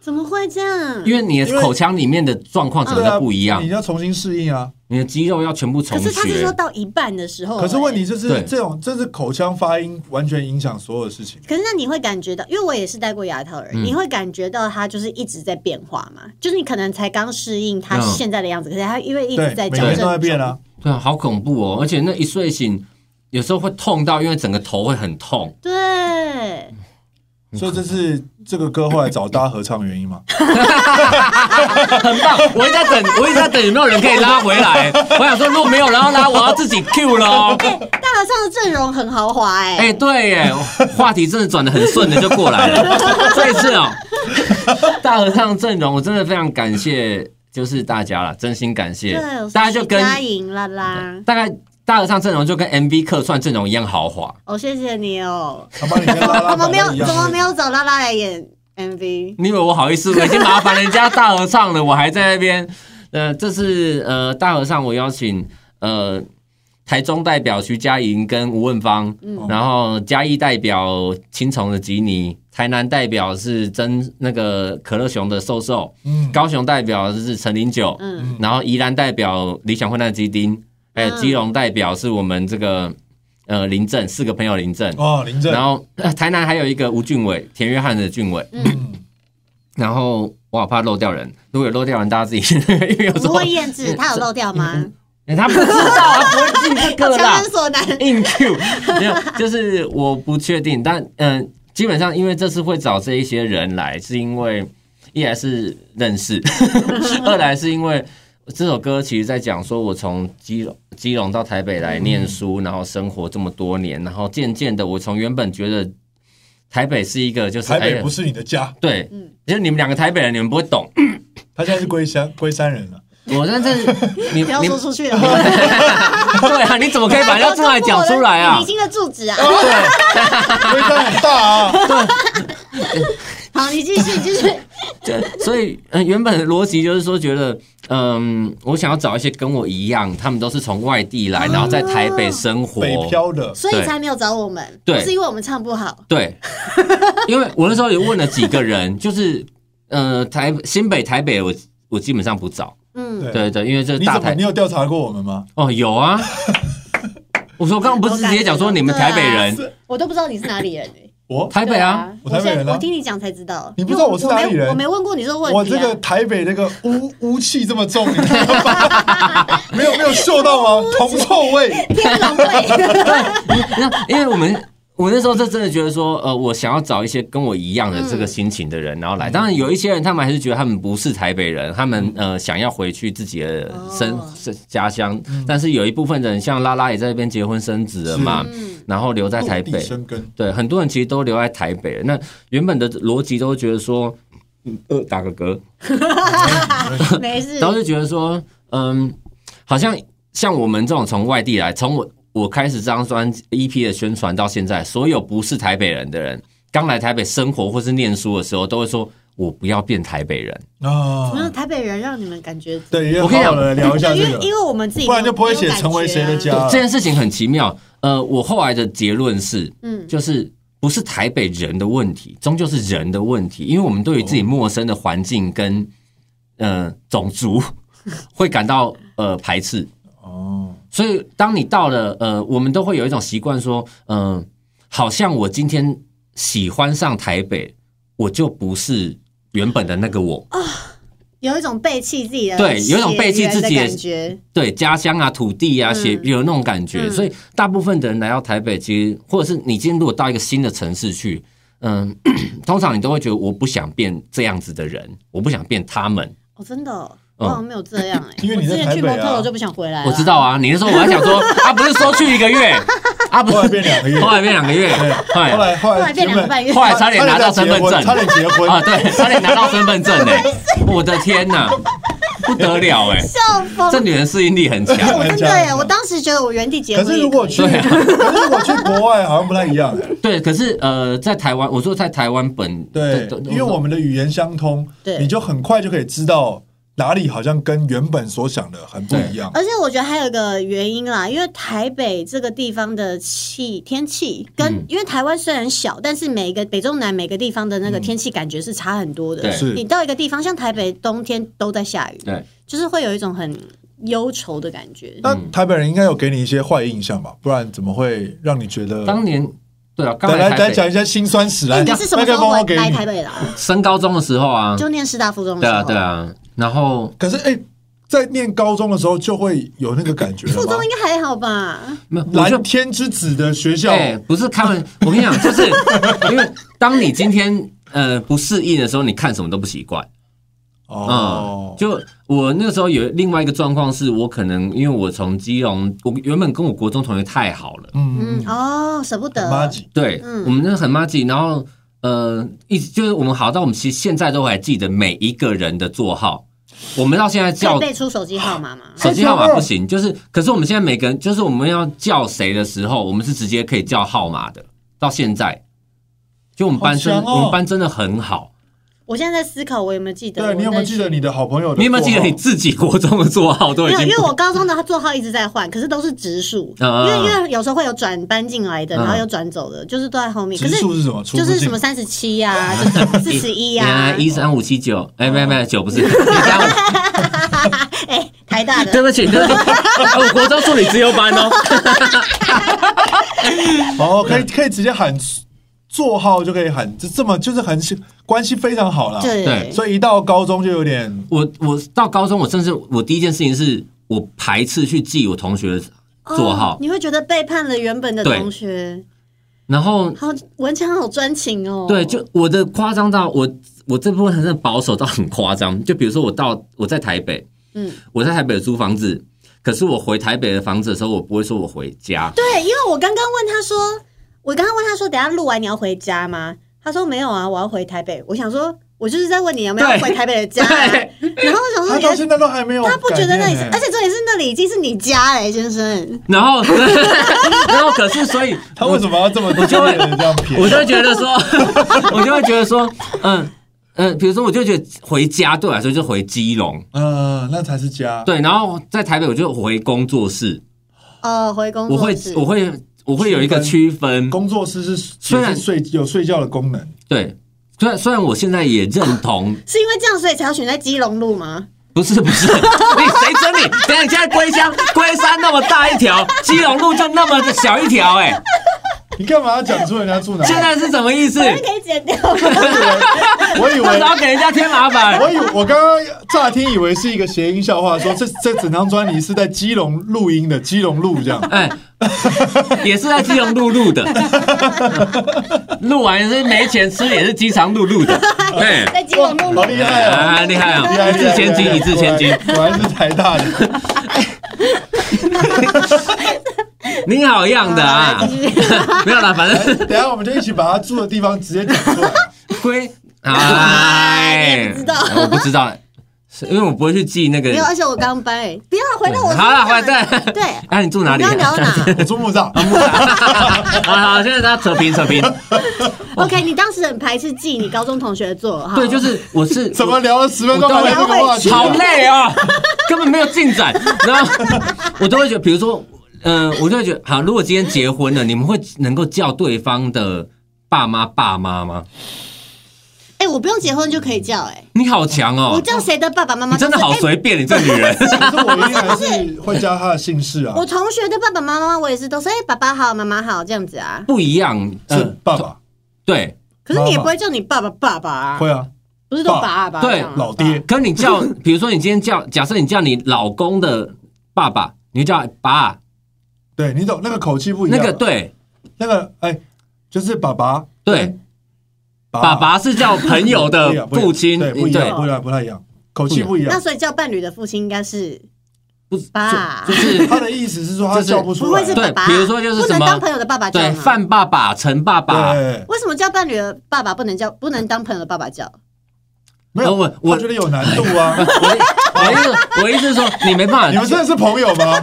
B: 怎么会这样？
A: 因为你的口腔里面的状况整
C: 对啊
A: 个不一样
C: 你，要重新适应啊。
A: 你的肌肉要全部重
B: 可是他是说
A: 学。
B: 到一半的时候、欸
C: 可是问题就是
A: 对
C: 这种，这是口腔发音完全影响所有事情。
B: 可是那你会感觉到，因为我也是戴过牙套的
A: 嗯
B: 人，你会感觉到它就是一直在变化嘛？就是你可能才刚适应它
A: 嗯
B: 现在的样子，可是它因为一
C: 对
B: 直在，
C: 每
B: 矫
C: 天
B: 正
C: 都在变啊
B: 中。。
A: 对啊，好恐怖哦！而且那一睡醒，有时候会痛到，因为整个头会很痛。
B: 对，
C: 所以这是这个歌后来找大家合唱的
B: (laughs)
C: 原因嘛？
A: 很棒，我一直在等，我一直在等有没有人可以拉回来。我想说，如果没有人要拉，我要自己 Q 喽。
B: 大合唱的阵容很豪华哎、
A: 哎、对耶，话题真的转的很顺的就过来了。这一次哦，大合唱阵容，我真的非常感谢，就是大家了，真心感谢
B: 对，我，是
A: 大家就跟
B: 徐佳莹啦啦，
A: 大概大合唱阵容就跟 MV 客串阵容一样豪华。
B: 哦，谢谢你哦。
C: 他帮你跟拉拉
B: 怎么没有
C: 一样
B: (laughs) 怎么没有找拉拉来演 MV？
A: 你以为我好意思？我已经麻烦人家大合唱了，我还在那边。呃，这次呃大合唱我邀请呃台中代表徐佳莹跟吴问芳，
B: 嗯哦
A: 然后嘉义代表青虫的吉尼，台南代表是真那个可乐熊的瘦瘦，
C: 嗯
A: 高雄代表是陈零九，
B: 嗯，
A: 然后宜兰代表理想混蛋基丁，哎还有
B: 嗯
A: 基隆代表是我们这个呃林正四个朋友林正，
C: 哦，林正
A: 然后、呃台南还有一个吴俊伟，田约翰的俊伟。
C: 嗯
A: 然后我好怕漏掉人，如果有漏掉人，大家自己去，因为有时
B: 不
A: 候
B: 会验制，他有漏掉吗？
A: 欸他不知道，他啊不会进这个
B: 强
A: 啦
B: 人。所难。
A: 硬 Q (laughs) 没有，就是我不确定，但嗯、呃基本上因为这次会找这一些人来，是因为一来是认识，二来是因为这首歌其实在讲说我从基隆基隆到台北来念书，然后生活这么多年，然后渐渐的我从原本觉得台北是一个就是
C: 台
A: 哎
C: 北
A: 呀
C: 不是你的家，
A: 对，
B: 嗯
A: 就是你们两个台北人，你们不会懂。
C: 他现在是龟山龟山人了。
A: 我真
B: (laughs)
A: 的是你
B: 不要
A: 你
B: 说出去了，
A: 对啊，
B: (laughs)
A: 你怎么可以把人家出来讲出来啊
B: 你？新的住址啊！
A: (laughs)
C: 龟山很大啊，
B: 好，你继续，继续。
A: (laughs) 对，所以、呃、原本的逻辑就是说，觉得嗯，我想要找一些跟我一样，他们都是从外地来，然后在台北生活。
C: 北漂的，
B: 所以才没有找我们，
A: 对
B: 不是因为我们唱不好。
A: 对，因为我那时候也问了几个人， (laughs) 就是呃，台新北、台北我，我基本上不找。
B: 嗯，
C: 对，
A: 对对，因为这
C: 你
A: 大
C: 怎么
A: 台
C: 你有调查过我们吗？
A: 哦有
C: (laughs)
A: 啊。我说刚刚不是直接讲说你们台北
C: 我感觉到
A: 人，
B: 我都不知道你是哪里人欸
C: 我
A: 台北啊，
B: 啊对
C: 我台北人啊
B: 现在我听你讲才知道。
C: 你不知道我是哪里人
B: 因为我没我没问过你这个问题啊。
C: 我这个台北那个污污气这么重， (laughs) 你知道吗没有没有嗅
B: (laughs)
C: 到吗？铜臭味，
B: 天龙
C: (laughs)
B: 味，
A: (laughs) 那因为我们我那时候是真的觉得说，呃，我想要找一些跟我一样的这个心情的人，然后来。当然有一些人，他们还是觉得他们不是台北人，他们呃想要回去自己的生、
B: 哦
A: 生家乡。但是有一部分人，像拉拉也在这边结婚生子了嘛，嗯
B: 嗯
A: 然后留在台北
C: 落地。生
B: (laughs)
C: 根，
A: 对，很多人其实都留在台北了。那原本的逻辑都觉得说，嗯呃，打个嗝，
B: 没事
A: 然。后就觉得说，嗯，好像像我们这种从外地来，从我我开始这张专辑 EP 的宣传到现在，所有不是台北人的人，刚来台北生活或是念书的时候，都会说我不要变台北人。
B: 没有
C: 啊，
B: 台北人让你们感觉，
C: 对，也
A: 我跟你
C: 好
A: 讲
C: 了，聊一下
B: 因
C: 这
B: 为因
C: 个，
B: 为我们自己
C: 不然就不会写
B: 没有感觉啊
C: 成为谁的家啊
A: 这件事情很奇妙。呃，我后来的结论是，
B: 嗯
A: 就是不是台北人的问题，终究是人的问题，因为我们对于自己陌生的环境跟呃种族 (laughs) 会感到呃排斥。
C: 哦，
A: 所以当你到了呃，我们都会有一种习惯说，嗯、好像我今天喜欢上台北，我就不是原本的那个我。
B: 哦有一种背弃自己的，
A: 对有一种背弃自己的
B: 感觉。
A: 对家乡啊、土地啊，
B: 嗯
A: 写有那种感觉，
B: 嗯
A: 所以大部分的人来到台北，其实或者是你今天如果到一个新的城市去，嗯， (clears throat) 通常你都会觉得我不想变这样子的人，我不想变他们。
B: 哦，真的哦，
A: 嗯
B: 我好像没有这样哎。
C: 因为
B: 我
C: 你在
B: 之前去
C: 台北
B: 摩
C: 啊
B: 托罗就不想回来了。
A: 我知道啊，你那时候我还想
B: (laughs)
A: 说，啊，不是说去一个月，啊，不
C: 后来变
A: 是，
C: 两个月，
A: 后来变两个月，后
C: 后
A: 来
C: 来后
B: 后来
C: 来
B: 变两个
C: 原本
B: 半月
A: 后，
B: (laughs)
A: 来哎差点拿到身份
C: 差点结
A: 证，
C: 婚差点结婚
A: 啊，对，差点拿到身份
B: (laughs)
A: 证呢、我的天哪，不得了哎、
B: 笑疯
A: 这女人适应力很
B: (laughs)
A: 强。
B: 我真的耶！我当时觉得我原地结
C: 可
B: 婚也
C: 是
B: 以，
C: 如果去，
A: 对啊
C: 可是如果去国外好像不太一样哎。
A: 对，可是呃，在台湾，我说在台湾本
C: 对，因为我们的语言相通，
B: 对
C: 你就很快就可以知道哪里好像跟原本所想的很不一样。
B: 而且我觉得还有一个原因啦，因为台北这个地方的气天气跟、
A: 嗯
B: 因为台湾虽然小，但是每个北中南每个地方的那个天气感觉是差很多的。
A: 嗯对
C: 是
B: 你到一个地方，像台北冬天都在下雨，
A: 对，
B: 就是会有一种很忧愁的感觉。
C: 那台北人应该有给你一些坏印象吧？不然怎么会让你觉得？
A: 当年对啊，刚
C: 来来
A: 台北
C: 讲一下辛酸史来，
B: 哎，你是什么
C: 麦
B: 时
C: 克
B: 候
C: 风
B: 来
C: 我给
B: 来
C: 你
B: 台。北的啊？
A: 升高中的时候啊，
B: 就念师大附中的
A: 对
B: 时
A: 啊
B: 候，
A: 对啊，然后
C: 可是哎、在念高中的时候就会有那个感觉了
B: 附
C: 吗
B: 中？应该还好吧？
A: 没有，我就
C: 蓝天之子的学校，
A: 哎、不是开玩，我跟你讲，就是因为当你今天呃不适应的时候，你看什么都不习惯。
C: 哦
A: 嗯，，就我那时候有另外一个状况是，我可能因为我从基隆，我原本跟我国中同学太好了，
C: 嗯
B: 嗯，哦，舍不得。
C: 妈吉，
A: 对，
B: 嗯
A: 我们那很妈吉，然后呃，一直就是我们好到我们其实现在都还记得每一个人的座号，我们到现在
B: 可以
A: 叫
B: 背出手机号码吗？
A: 手机号码不行，就是可是我们现在每个人就是我们要叫谁的时候，我们是直接可以叫号码的。到现在，就我们班真的、
C: 好强哦
A: 我们班真的很好。
B: 我现在在思考，我有没有记得？
C: 对你有没有记得你的好朋友的？
A: 你有没有记得你？自己国中的座号都
B: 没
A: 已
B: 有，
A: 经
B: 因
A: 不？
B: 为我高中的座号一直在换，可是都是直数，因
A: 嗯
B: 为因为有时候会有转班进来的，
A: 嗯
B: 然后有转走的，就是都在后面。可
C: 植
B: 是
C: 树是什么？出
B: 就
C: 入
B: 是
C: 境
B: 什么三十七
C: (laughs)
B: 呀，就是四十一啊呀，
A: 一三五七九，哎，没有没有九不是一三五，
B: 哎，台大
A: 对
C: (laughs)
B: 的，
A: 不起对 (laughs) 不起，哎我国中数理自由班哦，
C: 哦，可以
A: 嗯
C: 可以直接喊座号就可以喊，这这么就是很关系非常好啦。，
A: 对
C: 所以一到高中就有点
A: 我我到高中，我甚至我第一件事情是我排斥去记我同学的座
B: 哦
A: 号，
B: 你会觉得背叛了原本的
A: 对
B: 同学。
A: 然后
B: 好，文强好专情哦。
A: 对，就我的夸张到我我这部分真的保守到很夸张。就比如说我到我在台北，
B: 嗯，
A: 我在台北租房子，可是我回台北的房子的时候，我不会说我回家。
B: 对，因为我刚刚问他说，我刚刚问他说，等一下录完你要回家吗？他说没有啊，我要回台北。我想说，我就是在问你有没有
A: 对
B: 回台北的
A: (laughs)
B: 家啊、然后我想说，
C: 他啊到
B: 原
C: 现在都还没有改
B: 他
C: 变欸，
B: 不觉得那里是，而且重点是那里已经是你家嘞，先生。
A: 然后， (laughs) 然后可是所以
C: 他为什么要这么我
A: 就会
C: 这样撇？
A: 我就会觉得说， (laughs) 我就会觉得说，嗯嗯，比如说我就觉得回家对我来说就回基隆，
C: 嗯，那才是家。
A: 对，然后在台北我就回工作室，
B: 哦，回工
A: 我
B: 作
A: 会
B: 室
A: 我会我会有一个区分，
C: 工作室是
A: 虽然
C: 也是睡有睡觉的功能，
A: 对。虽然虽然我现在也认 (laughs) 同
B: 是因为这样，所以才要选在基隆路吗？
A: 不是不是， (laughs) 你谁准你？等一下你现在龟乡龟山那么大一条，基隆路就那么的小一条，哎，
C: 你干嘛要讲出人家住哪？
A: 现在是什么意思？
B: 那可以剪掉吗？
C: 我以
A: (laughs) 到
C: 为
A: 时。候给人家添麻烦
C: 我。以我刚刚乍听以为是一个谐音笑话，说这这整张专辑是在基隆录音的，基隆录这样。
A: 哎，也是在基隆路录的，录完是没钱吃，也是机场路录的，哎对，
B: 在 (laughs) 基隆路
C: 好
A: (laughs)
B: 吗？
C: 厉害啊！
A: 啊，厉害
C: 厉害
A: 啊，一
C: 厉
A: 掷
C: 害
A: 千
C: 厉
A: 金，
C: 害
A: 一掷千金。
C: 果然果然是台
A: (laughs)
C: 大的。
A: 你好样的啊
B: 好来！继续
A: (laughs) 没有啦，反正
C: 哎等一下我们就一起把他住的地方直接讲出来。
A: 龟，
B: 哎
A: 哎
B: 你不知道
A: 我不知道，是因为我不会去记那个
B: 没。有，而且我刚搬哎，不要回到我身上。
A: 好了，回来。
B: 对，
A: (laughs) 那你住 (laughs) 哪
B: 刚
A: 里啊？
B: 刚聊到哪
C: 我住木栅，
A: 好 (laughs) 好，现在大家扯平扯平。
B: ？OK，你当时很排斥记你高中同学的座号，
A: 对，就是我是
C: 怎么聊了十分钟还没这个话题？
A: 好累啊、 (laughs) 根本没有进展。然后我都会觉得，比如说，嗯、我就会觉得，好，如果今天结婚了，你们会能够叫对方的爸妈爸妈吗？
B: 哎，我不用结婚就可以叫哎。
A: 你好强
B: 我
A: 哦！
B: 叫谁的爸爸妈妈？
A: 你真的好
B: 就是哎
A: 随便，你这女
B: (laughs)
A: 人。
C: 可是我一定还是会加他的姓氏啊
B: 哎我，同学的爸爸妈妈，我也是都是哎、爸爸好，妈妈好这样子啊。
A: 不一样，
C: 是
A: 嗯，
C: 爸爸
A: 对。
B: 可是你也
C: 妈妈
B: 不会叫你爸爸爸爸啊，
C: 会啊，
B: 不是都
C: 爸
B: 爸啊爸
A: 对
B: 这样啊
C: 老爹。
A: 可你
C: (laughs)
A: 叫，比如说你今天叫，假设你叫你老公的爸爸，你就叫爸，
C: 对你懂那个口气不一
A: 那
C: 样，
A: 个对
C: 那个哎，就是爸爸，
A: 对，爸爸是叫朋友
C: 不一
A: 的
C: 样不一样
A: 父亲，
C: 对，不一样，不一样，不太一样，口气不一
B: 那
C: 样。
B: 所以叫伴侣的父亲应该是
A: 不
B: 爸
A: 就就是
C: 他的意思是说他叫不出
B: 不会
C: 来，
B: 是
A: 对
B: 爸爸啊，
A: 比如说就是
B: 不
A: 什
B: 能
A: 么
B: 当朋友的爸爸叫
A: 对
B: 吗？
A: 范爸爸、陈爸爸，
C: 对，
B: 为什么叫伴侣的爸爸不能叫不能当朋友的爸爸叫？
C: 没有，
A: 我我
C: 他觉得有难度
A: (laughs)
C: 啊。
A: 我意思，我意思是说，你没办
C: 你们
A: 法，
C: 真的是朋友吗？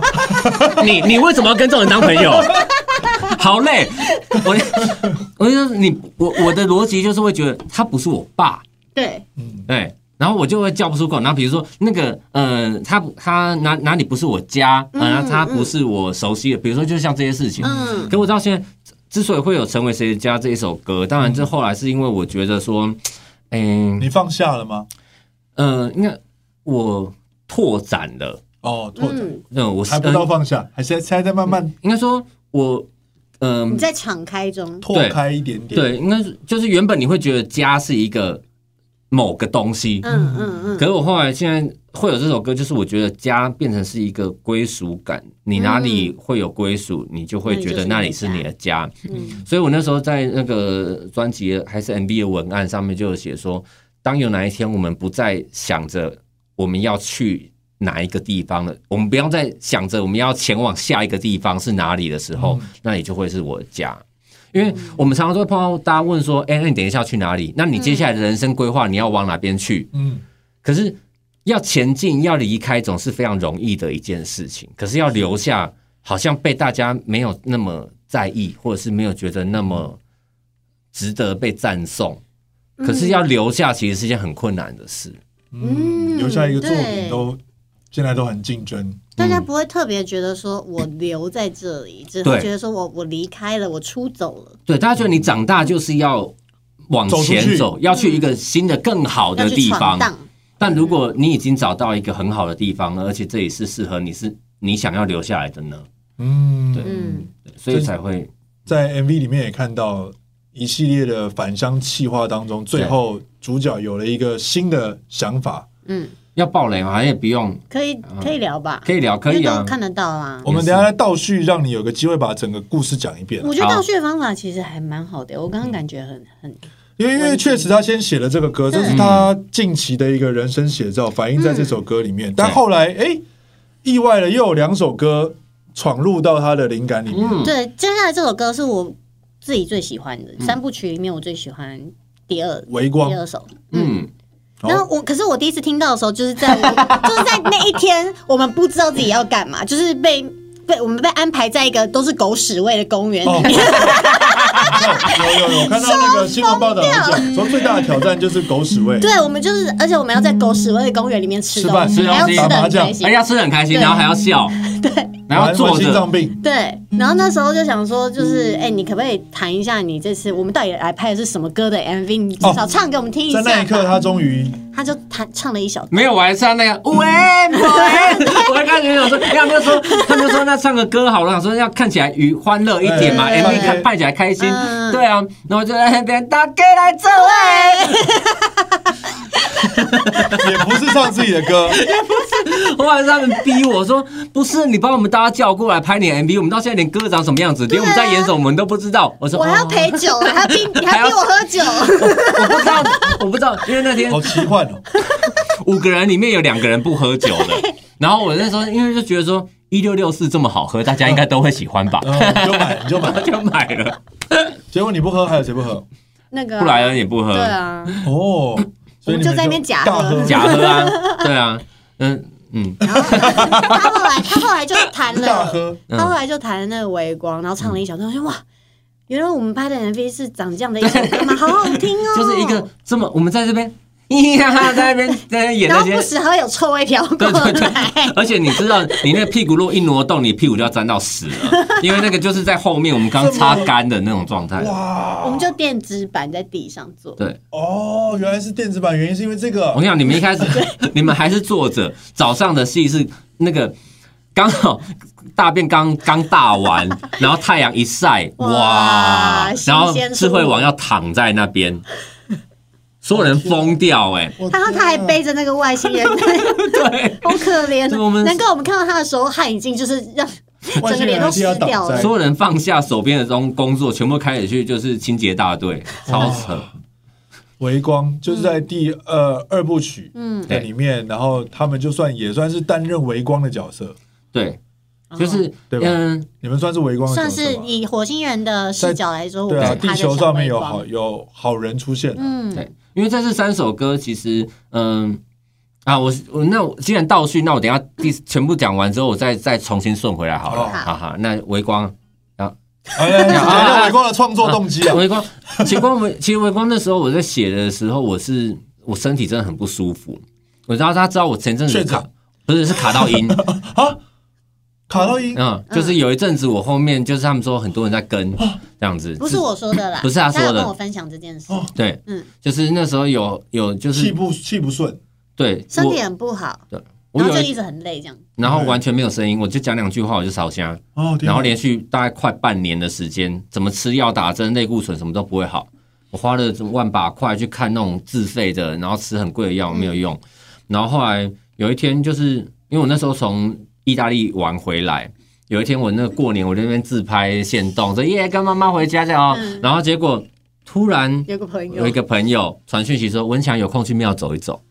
A: 你你为什么要跟这种人当朋友？好累，我我就说你我我的逻辑就是会觉得他不是我爸，
C: 嗯
B: 对，
A: 对，然后我就会叫不出口。然后比如说那个，呃，他他哪哪里不是我家，呃，然后他不是我熟悉的，比如说就像这些事情。
B: 嗯
A: 可我到现在之所以会有《成为谁的家》这一首歌，当然这后来是因为我觉得说，嗯、
C: 你放下了吗？
A: 呃，应该我拓展了，
C: 哦，拓展
B: 嗯，
A: 嗯，我是
C: 还不到放下，还是还在慢慢
A: 应该说我，嗯、
B: 你在敞开中，
C: 拓开一点点。
A: 对，应该是就是原本你会觉得家是一个某个东西，
B: 嗯
A: (laughs)
B: 嗯
A: 可是我后来现在会有这首歌，就是我觉得家变成是一个归属感，你哪里会有归属，你就会觉得嗯那里是你的家。
B: 嗯
A: 所以我那时候在那个专辑还是 MV 的文案上面就有写说，当有哪一天我们不再想着我们要去哪一个地方了，我们不要再想着我们要前往下一个地方是哪里的时候，那里就会是我的家。因为我们常常都会碰到大家问说：“哎、那你等一下要去哪里？那你接下来的人生规划你要往哪边去？”
C: 嗯，
A: 可是要前进、要离开，总是非常容易的一件事情。可是要留下，好像被大家没有那么在意，或者是没有觉得那么值得被赞颂。可是要留下，其实是件很困难的事。
B: 嗯，
C: 留下一个作品
B: 对
C: 都现在都很竞争。
B: 大家不会特别觉得说我留在这里，只
A: 嗯
B: 会
A: 对
B: 觉得说我我离开了，我出走了，
A: 对，大家觉得你长大就是要往前
C: 走出去
A: 走，要去一个新的、更好
B: 要
A: 的
B: 去
A: 地
B: 闯
A: 方。
B: 荡。
A: 但如果你已经找到一个很好的地方了，而且这也是适合你是你想要留下来的呢，
C: 嗯，
A: 对
B: 嗯，
A: 对所以才会
C: 在 MV 里面也看到一系列的返乡企划当中，最后主角有了一个新的想法。
B: 嗯，
A: 要爆雷嘛，也不用
B: 可以可以聊吧，
A: 可以聊，可以
B: 因为
A: 啊
B: 都，看得到啊。
C: 我们等一下来倒叙，让你有个机会把整个故事讲一遍啊。
B: 我觉得
A: 好
B: 倒叙的方法其实还蛮好的，我刚刚感觉很很
C: 因为因为确实他先写了这个歌，这是他近期的一个人生写照，反映在这首歌里面。但后来哎，意外的又有两首歌闯入到他的灵感里面。
A: 嗯
B: 对。接下来这首歌是我自己最喜欢的三部曲里面，我最喜欢第二
C: 微光
B: 第二首。
A: 嗯。
C: 好
B: 然后我，可是我第一次听到的时候，就是在我 (laughs) 就是在那一天，我们不知道自己要干嘛，就是被被我们被安排在一个都是狗屎味的公园里 (laughs)
C: 哦
B: 面，
C: 有有有，看到那个新闻报道有讲说最大的挑战就是狗屎味。
B: 对，我们就是，而且我们要在狗屎味的公园里面吃
C: 吃
B: 东
C: 饭
B: 西，
A: 吃
B: 还要
A: 东
B: 吃
A: 西
B: 的很
C: 打麻
B: 开
C: 将
B: 心
A: 哎。呀，吃的很开心，
B: 对
A: 然后还要笑，
B: (laughs) 对
A: 然后坐
C: 患心脏
A: 着，
C: 病，
B: 对，然后那时候就想说，就是哎、你可不可以谈一下你这次我们到底来拍的是什么歌的 MV？你至少唱给我们听一
C: 在
B: 下吧。
C: 那一刻他终于
B: 他就弹唱了一小段，
A: 没有，我还唱那个喂喂，我还看你想说， (laughs) 他们就说，他们就说那唱个歌好了，想说要看起来愉欢乐一点嘛
C: 哎
A: ，MV
C: 对
A: 看拍起来开心
B: 嗯，
A: 对啊，然后我就在那边大哥来这位，
C: (laughs) 也不是唱自己的
A: (laughs)
C: 歌，
A: 后来他们逼我说，不是你把我们大家叫过来拍你的 MV，我们到现在连歌长什么样子，连我们在演什么我们都不知道，我说
B: 啊我还要
A: 哦
B: 陪酒，还要逼
A: (laughs)
B: 你还要逼我喝酒，
A: 我不知道，我不知道，因为那天
C: 好奇幻哦。
A: 五个人里面有两个人不喝酒的。然后我那时候因为就觉得说一六六四这么好喝，大家应该都会喜欢吧，
C: 然后嗯你就买，你就
A: (laughs)
C: 买。
A: 就买了。
C: 结果你不喝，还有谁不喝？
B: 那个啊
A: 布莱恩也不喝
B: 对，啊，
C: 哦，所
B: 我
C: 以你
B: 们就在那边假喝
C: 大喝，
A: 假喝 (laughs) 啊，对啊，嗯嗯，
B: 他后来他后来就弹
C: (laughs) 大
B: 了，
C: 喝。
A: 嗯
B: 他后来就弹了那个微光，然后唱了一小段，我说哇。原来我们拍的 MV 是长这样的一首
A: (laughs)
B: 歌吗？好好听哦，
A: 就是一个这么我们在这边， (laughs) 呀，在那边在那边演
B: 然
A: 那
B: 后
A: 些
B: 不。时还会有臭味飘过
A: 对对对
B: 来，
A: 而且你知道，你那个屁股如果一挪动，你屁股就要沾到屎了，因为那个就是在后面我们刚擦干的那种状态。
C: 哇，
B: 我们就垫纸板在地上做。
A: 对，
C: 哦，原来是电子版，原因是因为这个
A: 我跟你讲，你们一开始 (laughs) 你们还是坐着，早上的戏是那个刚好大便刚刚大完，然后太阳一晒，
B: 哇
A: 哇
B: 新，鲜
A: 然后
B: 出炉
A: 智慧王要躺在那边，
B: (laughs)
A: 所有人
B: 啊
A: 疯掉哎、
C: 我
B: 然后他还
C: 天啊
B: 背着那个外星
C: (laughs)
B: 人， (laughs) 好
A: 对。
B: 可怜
A: 这。我们
B: 难怪我们看到他的时候，汗已经就是让整
C: 外
B: 个
C: 星人
B: 脸都
C: 还是
B: 湿
C: 要
B: 掉
C: 挡
B: 了
C: 灾。
A: 所有人放下手边的工工作，全部开始去就是清洁大队，超扯。
C: 微光就是在第呃二部曲
B: 嗯
C: 的里面，然后他们就算也算是担任微光的角色，
A: 对，就是
C: 对吧
A: 嗯，
C: 你们算是微光的角
B: 算
C: 色
B: 是
C: 吧？
B: 以火星人的视角来说，我
C: 对啊，
B: 们
C: 地球上面有好，有好人出现了，
B: 嗯，
A: 对，因为在这三首歌，其实嗯啊，我我那我既然倒叙，那我等一下第全部讲完之后，我再再重新顺回来好了。
C: 好
A: 好好，那微光，
C: 哎
A: (laughs)
C: 呀，讲到微光的创作动机啊，
A: 微光，其实光我们其实微光那时候我在写的时候，我是。我身体真的很不舒服。我知道他知道我前阵子
C: 确诊
A: 卡，不是是卡到
C: (laughs)
A: 音，
C: 啊，卡到音，
A: 嗯，就是有一阵子我后面就是他们说很多人在跟
C: 哦
A: 这样子，
B: 不是我说的啦，
A: 不是他说的
B: 有跟我分享这件事，
C: 哦
A: 对，
B: 嗯
A: 就是那时候有有就
C: 气
A: 是
C: 不气不顺，
A: 对
B: 身体
A: 我
B: 很不好，
A: 对，我
B: 然后
A: 有
B: 就
A: 一
B: 一直很累这样。
A: 然后完全没有声音，我就讲两句话我就烧啊香，
C: 哦，天哪
A: 然后连续大概快半年的时间，怎么吃药、打针、类固醇什么都不会好。我花了万把块去看那种自费的，然后吃很贵的药没有用。然后后来有一天，就是因为我那时候从意大利玩回来，有一天我那个过年我在那边自拍现动，说耶跟妈妈回家这样哦、
B: 嗯
A: 然后结果突然
B: 有个朋友，
A: 有一个朋友传讯息说文强有空去庙走一走，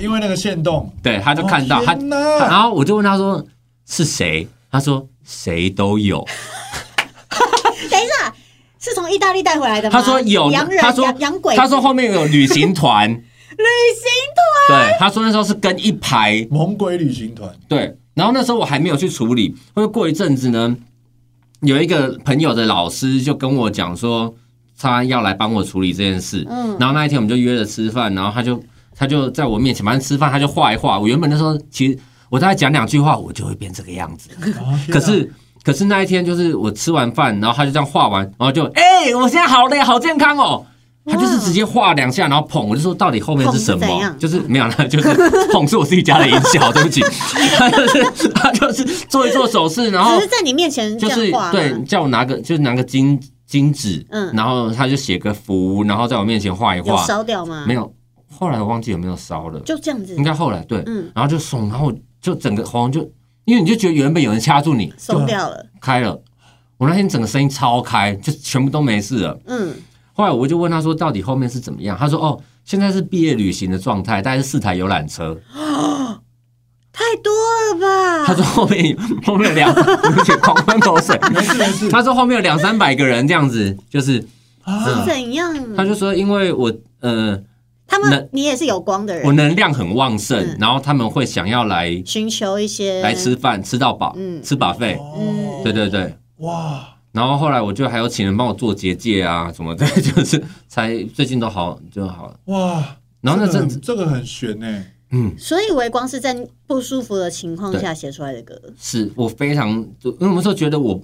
C: 因为那个线动，
A: 对，他就看到、
C: 哦
A: 他
C: 天哪
A: 他然后我就问他说是谁，他说谁都有。
B: 等一下是从意大利带回来的吗？
A: 他说有
B: 洋人，，
A: 他说
B: 洋洋鬼，
A: 他说后面有旅行团，
B: (laughs) 旅行
A: 对，他说那时候是跟一排，
C: 猛鬼旅行团，
A: 对，然后那时候我还没有去处理，或者过一阵子呢，有一个朋友的老师就跟我讲说，他要来帮我处理这件事，
B: 嗯
A: 然后那一天我们就约了吃饭，然后他就他就在我面前，反正吃饭他就画一画，我原本那时候其实我大概讲两句话，我就会变这个样子，
C: 哦
B: 啊
C: 天
A: (laughs)
C: 哪
A: 可是可是那一天就是我吃完饭，然后他就这样画完，然后就哎、我现在好累，好健康哦。他就是直接画两下，然后捧，我就说到底后面是什
B: 捧是怎
A: 么？
B: 样
A: 就是没有啦，就是 (laughs) 捧是我自己加的音效，对不
B: (laughs)
A: 起。他就是他就是做一做手势，然
B: 团
A: 后
B: 只是在你面前这
A: 就是
B: 样画吗，
A: 对叫我拿个就是拿个金金纸，
B: 嗯
A: 然后他就写个符，然后在我面前画一
B: 有
A: 画，
B: 烧掉吗？
A: 没，有。后来我忘记有没有烧了，
B: 就这样子
A: 应，该后来对，
B: 嗯，
A: 然后就怂，然后我就整个喉咙就，因为你就觉得原本有人掐住你，
B: 收掉了，
A: 开了。我那天整个声音超开，就全部都没事了。
B: 嗯，
A: 后来我就问他说，到底后面是怎么样？他说，哦，现在是毕业旅行的状态，大概是四台游览车。
B: 太多了吧？
A: 他说后面有 (laughs) 后面有两，对不起，狂喷口
B: (laughs)
A: 水。
C: 哦没事没事，
A: 他说后面有两三百个人这样子，就是
C: 啊，
B: 怎样？
A: 他就说，因为我呃
B: 他
A: 那
B: 们，你也是有光的
A: 我
B: 人，
A: 能量很旺盛，
B: 嗯
A: 然后他们会想要来
B: 寻求一些
A: 来吃饭，吃到饱，
B: 嗯
A: 吃把费。
C: 哦
A: 对对对。
C: 哇，
A: 然后后来我就还有请人帮我做结界啊什么的， (laughs) 就是才最近都好就好了。
C: 哇，
A: 然后那
C: 这个
A: 阵
C: 很
A: 子，
C: 这个很悬呢，
A: 嗯，
B: 所以微光是在不舒服的情况下写出来的歌，
A: 是我非常，就因为我那时候觉得我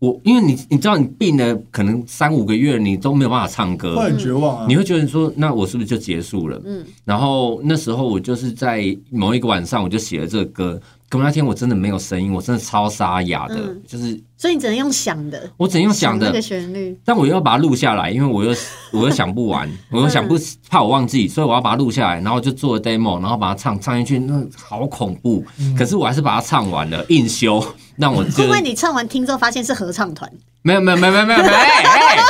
A: 我，因为你你知道你病了可能三五个月，你都没有办法唱
C: 会
A: 歌，
C: 很绝望啊
A: 你。会觉得说，那我是不是就结束了？
B: 嗯，
A: 然后那时候我就是在某一个晚上，我就写了这个歌。可那天我真的没有声音，我真的超沙哑的，
B: 嗯
A: 就是
B: 所以你只能用想的，
A: 我只能用想的
B: 那个，旋律，
A: 但我又要把它录下来，因为我又 (laughs) 我又想不完，我又想
B: 嗯
A: 不怕我忘记，所以我要把它录下来，然后就做 demo，然后把它唱唱进去，那好恐怖。可是我还是把它唱完了，硬修，让我
B: 会
A: 就
B: 不会你唱完听之后发现是合唱团？
A: 没有没有没有没有没有没有，哎哎，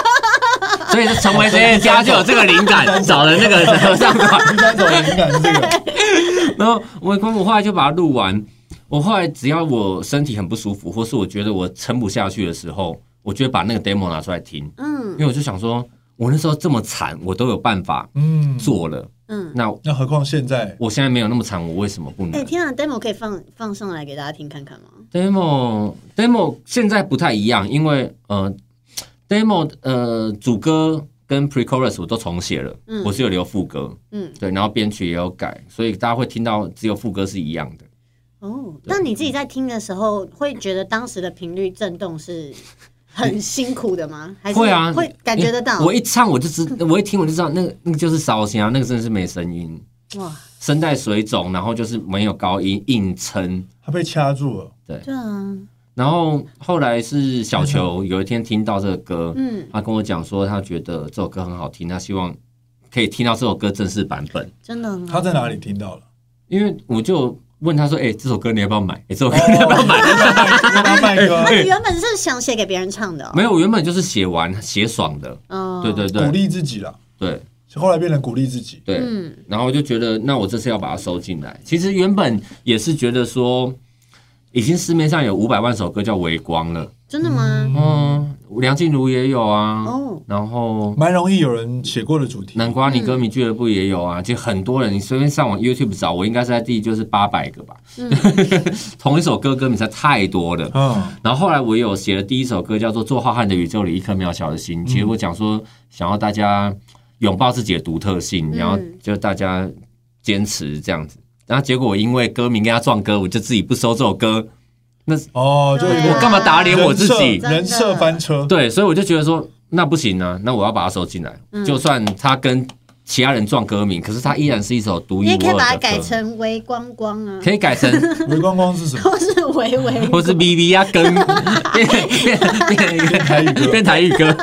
A: 所以是成为谁的家就有这个灵感，找了那个和尚团。
C: 第三种灵感是这个，
A: 然后我我后来就把它录完，我后来只要我身体很不舒服，或是我觉得我撑不下去的时候，我就会把那个 demo 拿出来听，
B: 嗯
A: 因为我就想说，我那时候这么惨，我都有办法
C: 嗯，
A: 做了。
B: 嗯，
A: 那
C: 那何况现在
A: 我现在没有那么惨，我为什么不
B: 哎、
A: 能
B: 天啊，demo 可以放放上来给大家听看看吗？
A: ？demo demo 现在不太一样，因为呃 demo 呃主歌跟 pre chorus 我都重写了，
B: 嗯
A: 我是有留副歌，
B: 嗯，
A: 对，然后编曲也有改，所以大家会听到只有副歌是一样的。
B: 哦，那你自己在听的时候，会觉得当时的频率震动是很辛苦
A: (laughs)
B: 的吗？还是
A: 会啊，
B: 会感觉得到？
A: 我一唱我就知，我一听我就知道，那个那个就是烧心啊，那个真的是没声音，
B: 哇，
A: 声带水肿，然后就是没有高音硬撑。
C: 他被掐住了，
B: 对啊，
A: 然后后来是小
B: (laughs)
A: 球有一天听到这个歌，
B: 嗯，
A: 他跟我讲说，他觉得这首歌很好听，他希望可以听到这首歌正式版本。
B: 真的很好。
C: 他在哪里听
A: (laughs)
C: 到了？
A: 因为我就问他说：“哎、这首歌你要不要买？哎、这首歌你要不 (laughs) 要买？”
C: 他卖歌
B: 啊，你原本是想写给别人唱的、哦，
A: 没有，我原本就是写完写爽的，
B: 哦，
A: 对对
C: 鼓
A: 对
C: 励自己啦，
A: 对
C: 后来变成鼓励自己。
A: 对。
B: 嗯，
A: 然后我就觉得，那我这次要把它收进来。其实原本也是觉得说，已经市面上有五百万首歌叫微光了，
B: 真的吗？
A: 嗯，梁静茹也有啊，
B: 哦
A: 然后
C: 蛮容易有人写过的主题，
A: 南瓜你歌迷俱乐部也有啊，就很多人，你随便上网 YouTube 找，我应该是在第就是八百个吧。 (laughs) 同一首歌歌名实在太多了。
C: 嗯，
A: 然后后来我有写了第一首歌叫做《做浩瀚的宇宙里一颗渺小的心》，其实我讲说想要大家拥抱自己的独特性，然后就大家坚持这样子。然后结果我因为歌名跟他撞歌，我就自己不收这首歌，
C: 哦，就
B: 对啊
C: 是
A: 我干嘛打脸我自己
B: 真？的
C: 人设翻车，
A: 对，所以我就觉得说那不行啊，那我要把它收进来。就算他跟其他人撞歌名，可是他依然是一首独一
B: 你也可以
A: 无
B: 把它
A: 二的歌。
B: 改成微光光 (laughs) 啊，
A: 可以改成，
C: 微光光是什么？
B: 或是微微
A: 或是 B B 啊，跟变变变
C: 台语歌
A: 变台语歌。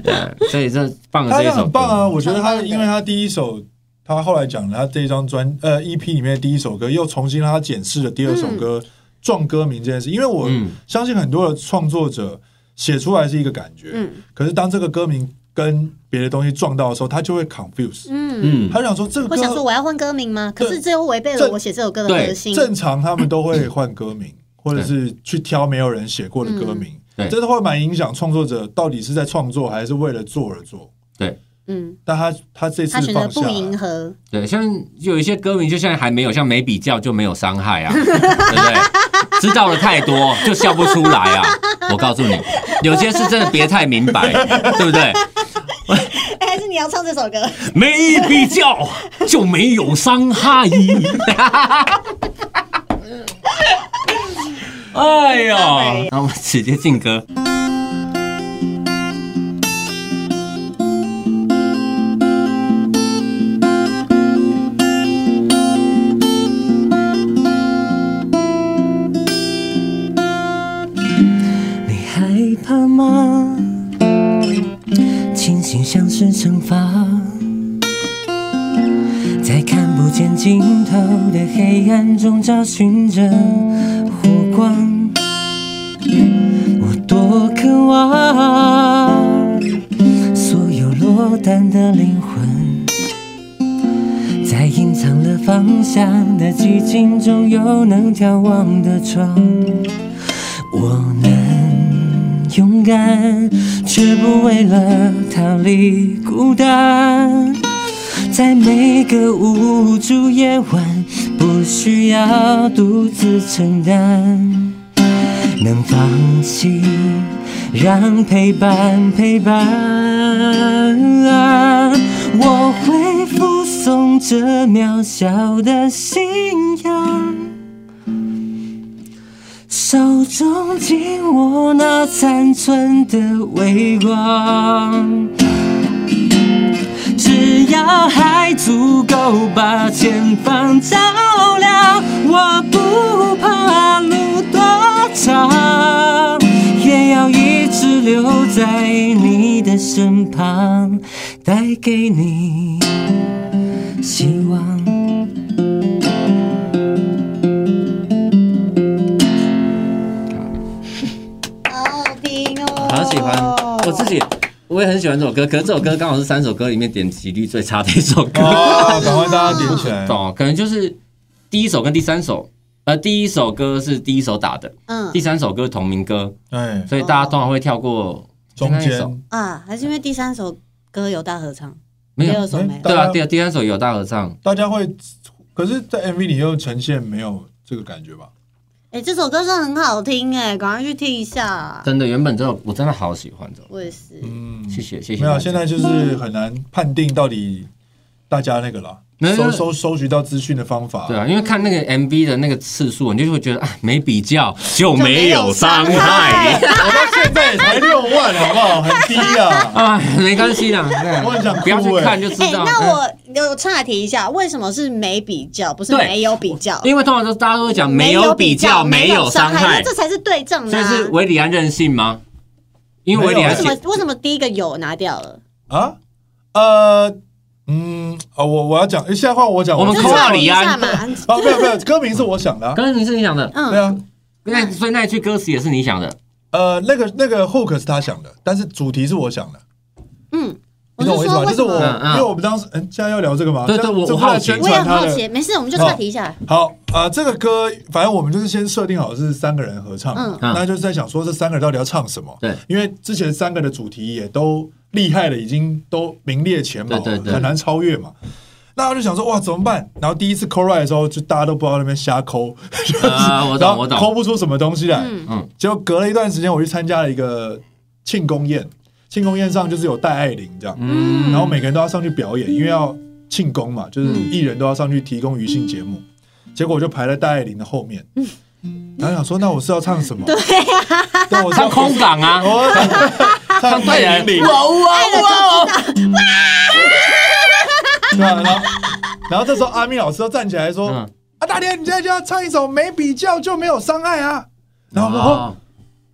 A: 对，所以这棒的
C: 他
A: 这一
C: 那
A: 首
C: 很棒啊！
A: 歌，
C: 我觉得他，
B: 超棒的
C: 因为他第一首，他后来讲了他这一张专呃 EP 里面的第一首歌，又重新让他检视了第二首歌、撞歌名这件事。因为我
A: 嗯
C: 相信很多的创作者写出来是一个感觉，
B: 嗯
C: 可是当这个歌名跟别的东西撞到的时候，他就会 confuse。
B: 嗯，
A: 嗯
C: 他，就想说这个
B: 我想说
C: 歌
B: 我要换歌名吗？可是
C: 对
B: 这又违背了
C: 正
B: 我写这首歌的
A: 对
B: 核心。
C: 正常他们都会换歌名，或者是去挑没有人写过的歌名，
A: 嗯对
C: 真的会蛮影响创作者到底是在创作还是为了做而做。
A: 对
B: 嗯，
C: 但他他这次
B: 他选择
C: 放下
B: 不
C: 了
B: 迎合，
A: 对，像有一些歌名，就像还没有，像没比较就没有伤害 (laughs) 啊，对不对？知道了太多就笑不出来啊！我告诉你，有些事真的别太明白，对不对？
B: (laughs) 哎，还是你要唱这首歌？
A: 没比较就没有伤害。 (laughs) 哎呦，那我们直接进歌。
D: 你害怕吗？清醒像是惩罚，在看不见尽头的黑暗中找寻着火光。我多渴望所有落单的灵魂，在隐藏了方向的寂静中，有能眺望的窗。我能勇敢，却不为了逃离孤单。在每个无助夜晚，不需要独自承担。能放弃，让陪伴陪伴。我会附送这渺小的信仰。手中紧握那残存的微光，只要还足够把前方照亮，我不怕路多长，也要一直留在你的身旁，带给你希望。
B: 好好听 (laughs) 哦，
A: 好喜欢，我自己我也很喜欢这首歌，可是这首歌刚好是三首歌里面点击率最差的一首歌，
C: (laughs) 哦，赶快大家点起来。
A: 懂？可能就是第一首跟第三首，呃，第一首歌是第一首打的，
B: 嗯
A: 第三首歌同名歌，
C: 哎，
A: 所以大家通常会跳过
C: 中
A: 那一首
C: 间
B: 啊，还是因为第三首歌有大合唱，
A: 没
B: 第二
A: 有？
B: 首没有。
A: 对啊，第第三首有大合唱，
C: 大家会，可是，在 MV 里又呈现没有这个感觉吧？
B: 哎、这首歌真的很好听哎、赶快去听一下。
A: 真的，原本这首我真的好喜欢这首，
B: 我也是，
C: 嗯，
A: 谢谢谢谢
C: 没
A: 大家。
C: 有，现在就是很难判定到底大家那个啦，
A: 没有
C: 收收收集到资讯的方法。
A: 对啊，因为看那个 MV 的那个次数，你就会觉得啊，没比较就没有伤
B: 就没有伤
A: 害
B: 害，
A: (laughs)
C: 我到现在也才哎六万，好不好？很低啊。
A: 哎，没关系啦，对啊
C: 我很想哭
A: 不要去
C: 欸
A: 看就知
B: 哎、
A: 道。
B: 那我我岔题一下，为什么是没比较，不是
A: 对
B: 没有比较？
A: 因为通常都大家都会讲没有比较，没有伤害
B: 那，这才是对症的、
A: 所以
B: 啊。
A: 是维里安任性吗？因为维里
B: 为
A: 安
B: 什
A: 写
B: 么为什么第一个有拿掉了？
C: 啊，呃，嗯，啊，我我要讲，诶现在换我讲，
A: 我们
C: 自
B: 就
C: 己
A: 扣
C: 讲
A: 到里安
B: 岔题一下嘛。
C: 啊，没有没有，歌名是我想
A: (laughs)
C: 的啊。
A: 刚才你是你想的，
C: 对
B: (laughs) 嗯，
C: 啊，
A: 那所以那一句歌词也是你想的，
C: 呃，那个那个 hook 是他想的，但是主题是我想的。
B: 嗯，
C: 你
B: 我
C: 懂
B: 就
C: 我意思
B: 说为
C: 吗？就是
B: 什
C: 我，
B: 么？
A: 嗯嗯
C: 因为我们当时，嗯，现在要聊这个吗？
A: 对对
C: 这样
A: 我
C: 这
A: 我
C: 不能
A: 好奇
C: 宣
B: 我也
C: 嗯传
B: 很
C: 他
B: 好
C: 的。哦
B: 奇，没事，我们就岔题一下。
C: 好啊、呃这个歌反正我们就是先设定好是三个人合唱，
B: 嗯
A: 嗯
C: 那就是在想说这三个人到底要唱什么。
A: 对
C: 因为之前三个的主题也都厉害了，已经都名列前茅了，
A: 对对对
C: 很难超越嘛。那我就想说哇怎么办？然后第一次 c o r i 的时候，就大家都不知道在那边瞎抠，
A: 啊，我
C: 然 (laughs)
A: 懂
C: 后
A: 我
C: 抠
A: 懂，
C: 不出什么东西来。
B: 嗯
A: 嗯
C: 结果隔了一段时间，我去参加了一个庆功宴，庆功宴上就是有戴爱玲这样，
A: 嗯
C: 然后每个人都要上去表演，因为要庆功嘛，就是
A: 嗯
C: 艺人都要上去提供娱性节目。结果我就排在戴爱玲的后面，然后想说，那我是要唱什么？对呀，那我是
A: 唱
C: 要
A: 空港啊，
C: 哦唱唱
A: 对
C: 戴
A: 啊
C: 爱玲，
A: 哇哇哇！
C: 对啊，然后然后这时候阿咪老师就站起来说：“
A: 嗯
C: 啊，大天，你现在就要唱一首《没比较就没有伤害》啊。”然后我说哦，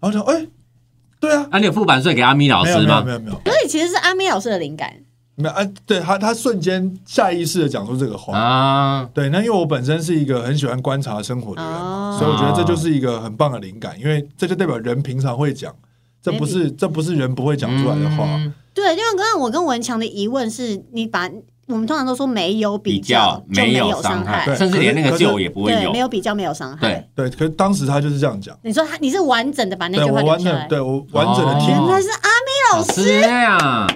A: 哦，
C: 然后就哎，对啊，
A: 啊，你有副版税给阿咪老
C: 没
A: 师
C: 有没有
A: 吗
C: 没？有没有
B: 所以其实是阿妹老师的灵感，
C: 没有啊，对他他瞬间下意识的讲出这个话。
A: 啊，
C: 对，那因为我本身是一个很喜欢观察生活的人，
B: 哦
C: 所以我觉得这就是一个很棒的灵感，因为这就代表人平常会讲，这不是这不是人不会讲出来的话。
A: 嗯
B: 对，因为刚刚我跟文强的疑问是，你把我们通常都说没有
A: 比
B: 较
A: 较
B: 就没
A: 没有伤
B: 伤
A: 害，
C: 对
A: 甚至连那个救也不会
B: 对，没
A: 有。
B: 有比较没有伤害
A: 对。
C: 对，可是当时他就是这样讲，
B: 你说他你是完整的把那
C: 对
B: 句
C: 我
B: 话留
C: 完
B: 下
C: 整
B: 来，
C: 对我完整的
A: 哦
C: 听
B: 原来是阿妹老师，
A: 师呀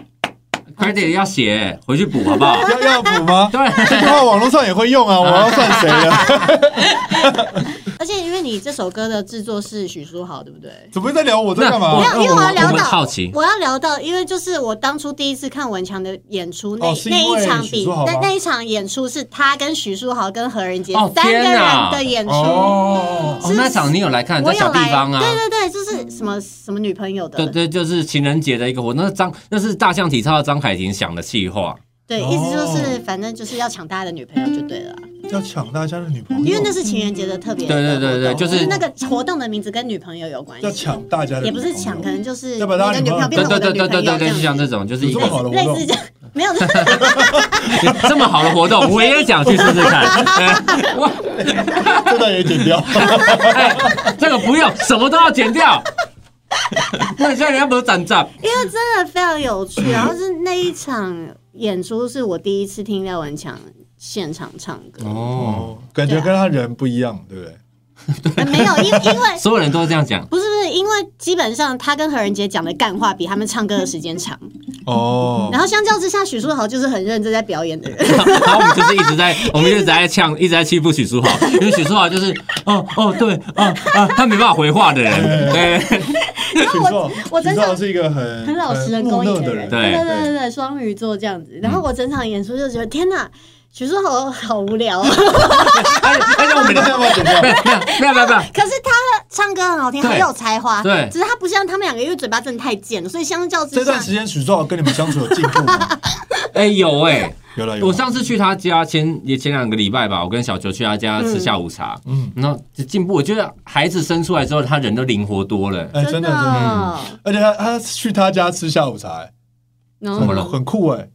A: ，credit 要写，回去补好不
C: (laughs)
A: 好？
C: 要要补
A: (laughs)
C: 吗？
A: 对，
C: 这句话网络上也会用啊，我要算谁
A: (laughs)
C: 了？
B: 而且因为你这首歌的制作是许书豪，对不对？
C: 怎么会在聊我在干
A: 没
C: 嘛
B: 没？
A: 有
B: 有，因为我要聊
A: 哦我们
B: 到
A: 好奇
B: 我要聊到，因为就是我当初第一次看文强的演出，那、
C: 哦是因
B: 那
C: 为
B: 一场
C: 许
B: 比
C: 书豪吗
B: 那那一场演出是他跟许书豪跟何仁杰、
A: 哦
B: 三个
A: 天
B: 人
A: 哪
B: 的演出。
C: 哦，
A: 哦，那场你有来看，
B: 我
A: 在
B: 有
A: 小地
B: 来，
A: 方啊。
B: 对对对，就是什么什么女朋友的，
A: 对对，就是情人节的一个活动。那张那是大象体操的张凯婷想的气话，
B: 对意思
A: 哦
B: 就是反正就是要抢大家的女朋友就对了啊，
C: 要抢大家的女朋友，
B: 因为那是情人节的特别的活
A: 对
B: 动。哦
A: 对对对就是
B: 那个活动的名字跟女朋友有关系，
C: 要抢大家的女
B: 也
C: 朋
B: 不
C: 友，
B: 是抢，可能就是你
C: 要把大家
B: 的女朋友
A: 对
B: 变成
A: 对
B: 我
A: 对
B: 的女朋
A: 对对
B: 友
A: 对，就
B: 这样
A: 像
B: 子
A: 这种，就是一哦
C: 有
A: 个
C: 这么好的活
B: 类
C: 动
B: 似这样，没有。 (laughs)
A: 这么好的活动，我也想去试试看。
B: (laughs)
A: 哎哇，
C: (laughs) 这段也剪掉。
A: 哎，这个不用，什么都要剪掉。那现在人家不是站站，
B: 因为真的非常有
C: (clears throat)
B: 趣。然后是那一场演出是我第一次听廖文强现场唱歌，
A: 哦，
C: 哦，感觉跟他人不一样，
A: 啊
C: 对不对？
B: 呃没有，因因为
A: 所有人都是这样讲。
B: 不是不是，因为基本上他跟何仁杰讲的干话比他们唱歌的时间长。
A: (laughs)
C: 哦，
B: 然后相较之下，许书豪就是很认真在表演的人。
A: 然后我们就是一直在，我们一直在呛，一直在欺负许书豪，因为许书豪就是，哦哦对，哦啊，他没办法回话的人，对 (laughs)
C: 许硕，
B: 我真
C: 许
B: 的
C: 硕是一个很
B: 很老实、很
C: 木
B: 公
C: 讷
B: 益
C: 的
B: 人，
C: 人，嗯
B: 对
A: 对
B: 对对对对，双鱼座这样子。然后我整场演出就觉得，天哪，许书豪好无聊、哦。
C: (laughs)
A: 而且而且哎我们的
C: 要不要
B: (laughs)
C: 剪掉？
A: 没有没有没有，
B: 可是他唱歌很好听，
A: 对
B: 很有才华。
A: 对
B: 只是他不像他们两个，因为嘴巴真的太贱了，所以相较之
C: 这
B: 下
C: 段时，间许硕跟你们相处有进
B: (laughs)
C: 步吗？
A: 哎有哎、
C: 有了，有
A: 我
C: 了。
A: 上次去他家前也前两个礼拜吧，我跟小球去他家吃下午茶，
C: 嗯
A: 嗯，然后就进步，我觉得孩子生出来之后，他人都灵活多了、
C: 哎，真的，真嗯的。
B: 的啊
C: 而且他他去他家吃下午茶，哎
B: 然
A: 怎么
B: 后
A: 了
C: 很酷哎。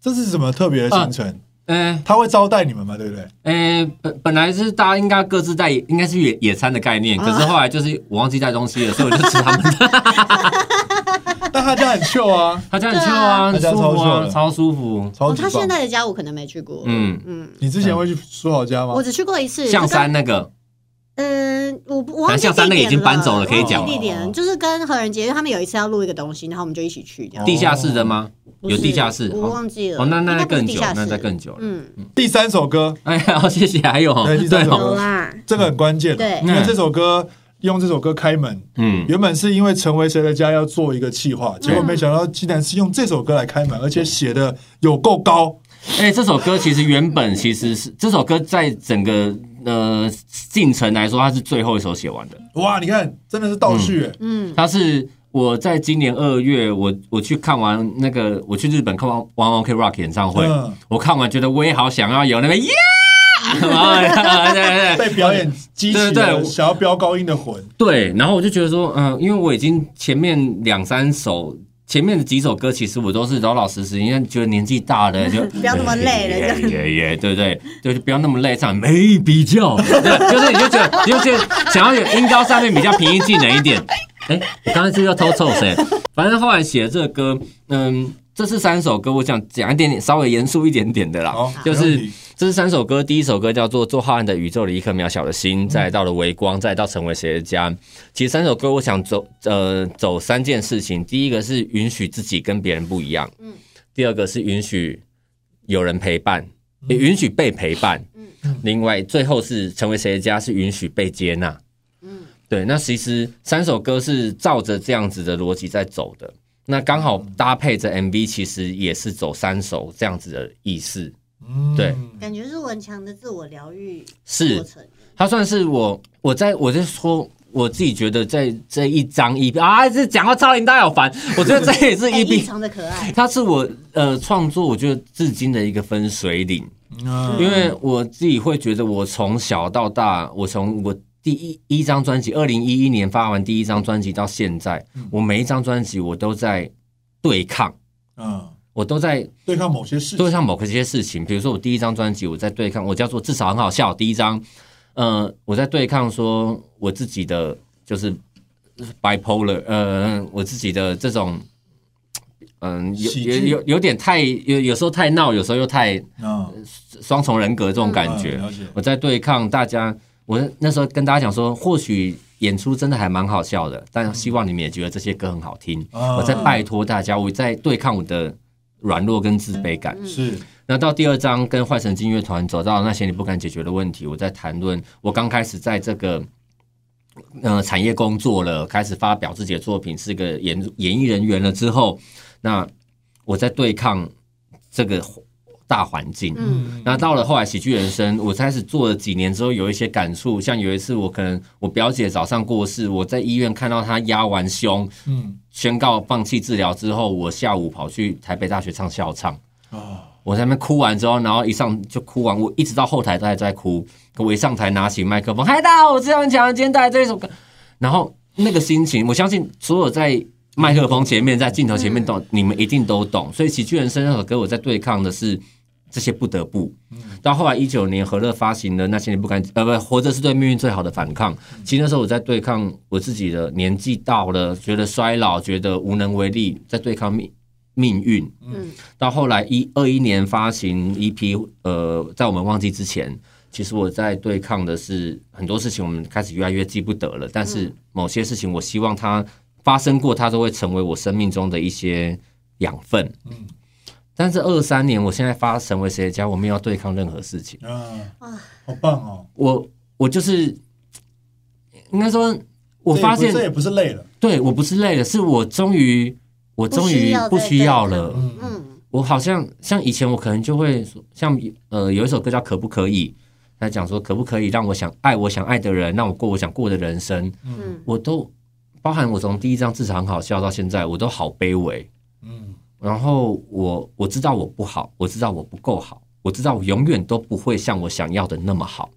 C: 这是什么特别的
A: 啊
C: 行程？
A: 嗯，
C: 他会招待你们吗？对不对？
A: 呃、本本来是大家应该各自带，应该是野野餐的概念，可是后来就是我忘记带东西了，所以我就吃他们的。
C: 但他家很
B: (laughs)
C: chill 啊，
A: 他家很臭啊，
C: 对啊
A: 很舒
C: 他家超
A: 服
C: chill 的
A: 啊，超舒服。
C: 超
B: 哦，
C: 级
B: 他现
C: 棒。
B: 在的家我可能没去过。
A: 嗯
B: 嗯，
C: 你之前会去舒豪家吗
B: 我？只去过一次。
A: 象山那个，
B: 嗯，我不我忘记
A: 象山那个已经搬走了哦可以
C: 讲
B: 哦地点了就是跟何仁杰，因为他们有一次要录一个东西，然后我们就一起去
C: 哦
B: 这样。
A: 地下室的吗？
B: 不是
A: 哦有地下室
B: 我忘记了。
A: 哦，那
B: 应
A: 那
B: 该不是
A: 更
B: 地
A: 久
B: 下，室
A: 那再更久了。
B: 嗯，
C: 第三首歌，
A: 哎，好，谢谢，还有哦
C: 对第三
A: 对
C: 首
A: 哦，
B: 有啦，
C: 这个很关键的，
B: 对
C: 因为这首歌用这首歌开门，
A: 嗯，
C: 原本是因为《成为谁的家》要做一个企划，
B: 嗯
C: 结果没想到竟然是用这首歌来开门，而且写的有够高。
A: 哎，这首歌其实原本其实是这首歌在整个呃进程来说，它是最后一首写完的。
C: 哇，你看，真的是倒叙、欸，
B: 嗯，
A: 它是我在今年二月，我我去看完那个，我去日本看完玩 OK Rock 演唱会，
C: 嗯
A: 我看完觉得我也好想要有那个 (laughs) 耶，啊对对对
C: 被表演激起
A: 对对
C: 了
A: 对
C: 想要飙高音的魂。
A: 对，然后我就觉得说，嗯、因为我已经前面两三首。前面的几首歌其实我都是老老实实，因为觉得年纪大
B: (laughs)
A: 了就
B: 不要那么累
A: (laughs)
B: 了
A: 耶耶耶，对不对？对，就不要那么累，唱没比较， (laughs) 对就是你就觉得，你就觉得想要有音高上面比较平易近人一点。哎，我刚才是要偷臭谁？反正后来写的这个歌，嗯，这是三首歌，我想讲一点点，稍微严肃一点点的啦。
C: 好，
A: 啊就是
C: 没问题
A: 这是三首歌，第一首歌叫做《做浩瀚的宇宙里一颗渺小的心》，再到了《微光》，再到《成为谁的家》。其实三首歌，我想走呃走三件事情，第一个是允许自己跟别人不一样，
B: 嗯
A: 第二个是允许有人陪伴，也允许被陪伴，另外最后是成为谁的家，是允许被接纳，
B: 嗯
A: 对，那其实三首歌是照着这样子的逻辑在走的。那刚好搭配着 MV，其实也是走三首这样子的意思。
C: 嗯
A: 对
B: 感觉是文强的自我疗愈
A: 是
B: 过程。
A: 它算是我我在我在说。我自己觉得在这一张 EP 啊，这讲到超林大好烦。我觉得这也是
B: 哎
A: EP，
B: 异常的可爱，
A: 它是我呃创作，我觉得至今的一个分水岭，
C: 嗯
A: 因为我自己会觉得，我从小到大，我从我第一一张专辑，二零一一年发完第一张专辑到现在，
B: 嗯
A: 我每一张专辑我都在对抗，
C: 嗯，
A: 我都在
C: 对抗某些事
A: 对
C: 情，
A: 抗某一些事情。比如说，我第一张专辑我在对抗，我叫做至少很好笑。第一张，呃，我在对抗说我自己的就是 bipolar，呃，我自己的这种。嗯，有
C: 喜
A: 有
C: 剧
A: 有有点太有有时候太闹，有时候又太
C: 嗯，
A: 双重人格这种感觉。
C: 嗯了解，
A: 我在对抗大家，我那时候跟大家讲说，或许演出真的还蛮好笑的，但希望你们也觉得这些歌很好听。
C: 嗯
A: 我在拜托大家，我在对抗我的软弱跟自卑感。
C: 是
A: 那到第二章跟坏神经乐团走到那些你不敢解决的问题，我在谈论我刚开始在这个呃产业工作了，开始发表自己的作品，是个演演艺人员了之后，那我在对抗这个大环境。
B: 嗯，
A: 那到了后来喜剧人生，我开始做了几年之后，有一些感触。像有一次，我可能我表姐早上过世，我在医院看到她压完胸，
C: 嗯
A: 宣告放弃治疗之后，我下午跑去台北大学唱校唱。
C: 啊，
A: 呃我在那边哭完之后，然后一上就哭完，我一直到后台都还在哭。可我一上台拿起麦克风，嗨，大家好，我是杨强，今天带来这一首歌。然后那个心情，我相信所有在麦克风前面、在镜头前面懂，你们一定都懂。所以《喜剧人生》那首歌，我在对抗的是这些不得不。到后来一九年，和乐发行的那些你不敢呃不活着是对命运最好的反抗。其实那时候我在对抗我自己的年纪到了，觉得衰老，觉得无能为力，在对抗命命运。
C: 嗯
B: 嗯
A: 到后来一二一年发行 EP，呃，在我们忘记之前，其实我在对抗的是很多事情，我们开始越来越记不得了。但
B: 嗯
A: 是某些事情，我希望它发生过，它都会成为我生命中的一些养分。
C: 嗯
A: 但是二三年，我现在发成为谁的家，我没有要对抗任何事情。
C: 啊
B: 哇，
C: 好棒哦！
A: 我我就是应该说，我发
C: 这也
A: 现
C: 不这也不是累了，
A: 对我不是累了，是我终于我终于不
B: 不
A: 需
B: 需要
A: 要
B: 再对抗
A: 了。
C: 嗯
B: 嗯，
A: 我好像像以前我可能就会说，像呃有一首歌叫《可不可以》，来讲说可不可以让我想爱我想爱的人，让我过我想过的人生，
B: 嗯
A: 我都包含我从第一张至少很好笑到现在，我都好卑微。
C: 嗯
A: 然后我我知道我不好，我知道我不够好，我知道我永远都不会像我想要的那么好。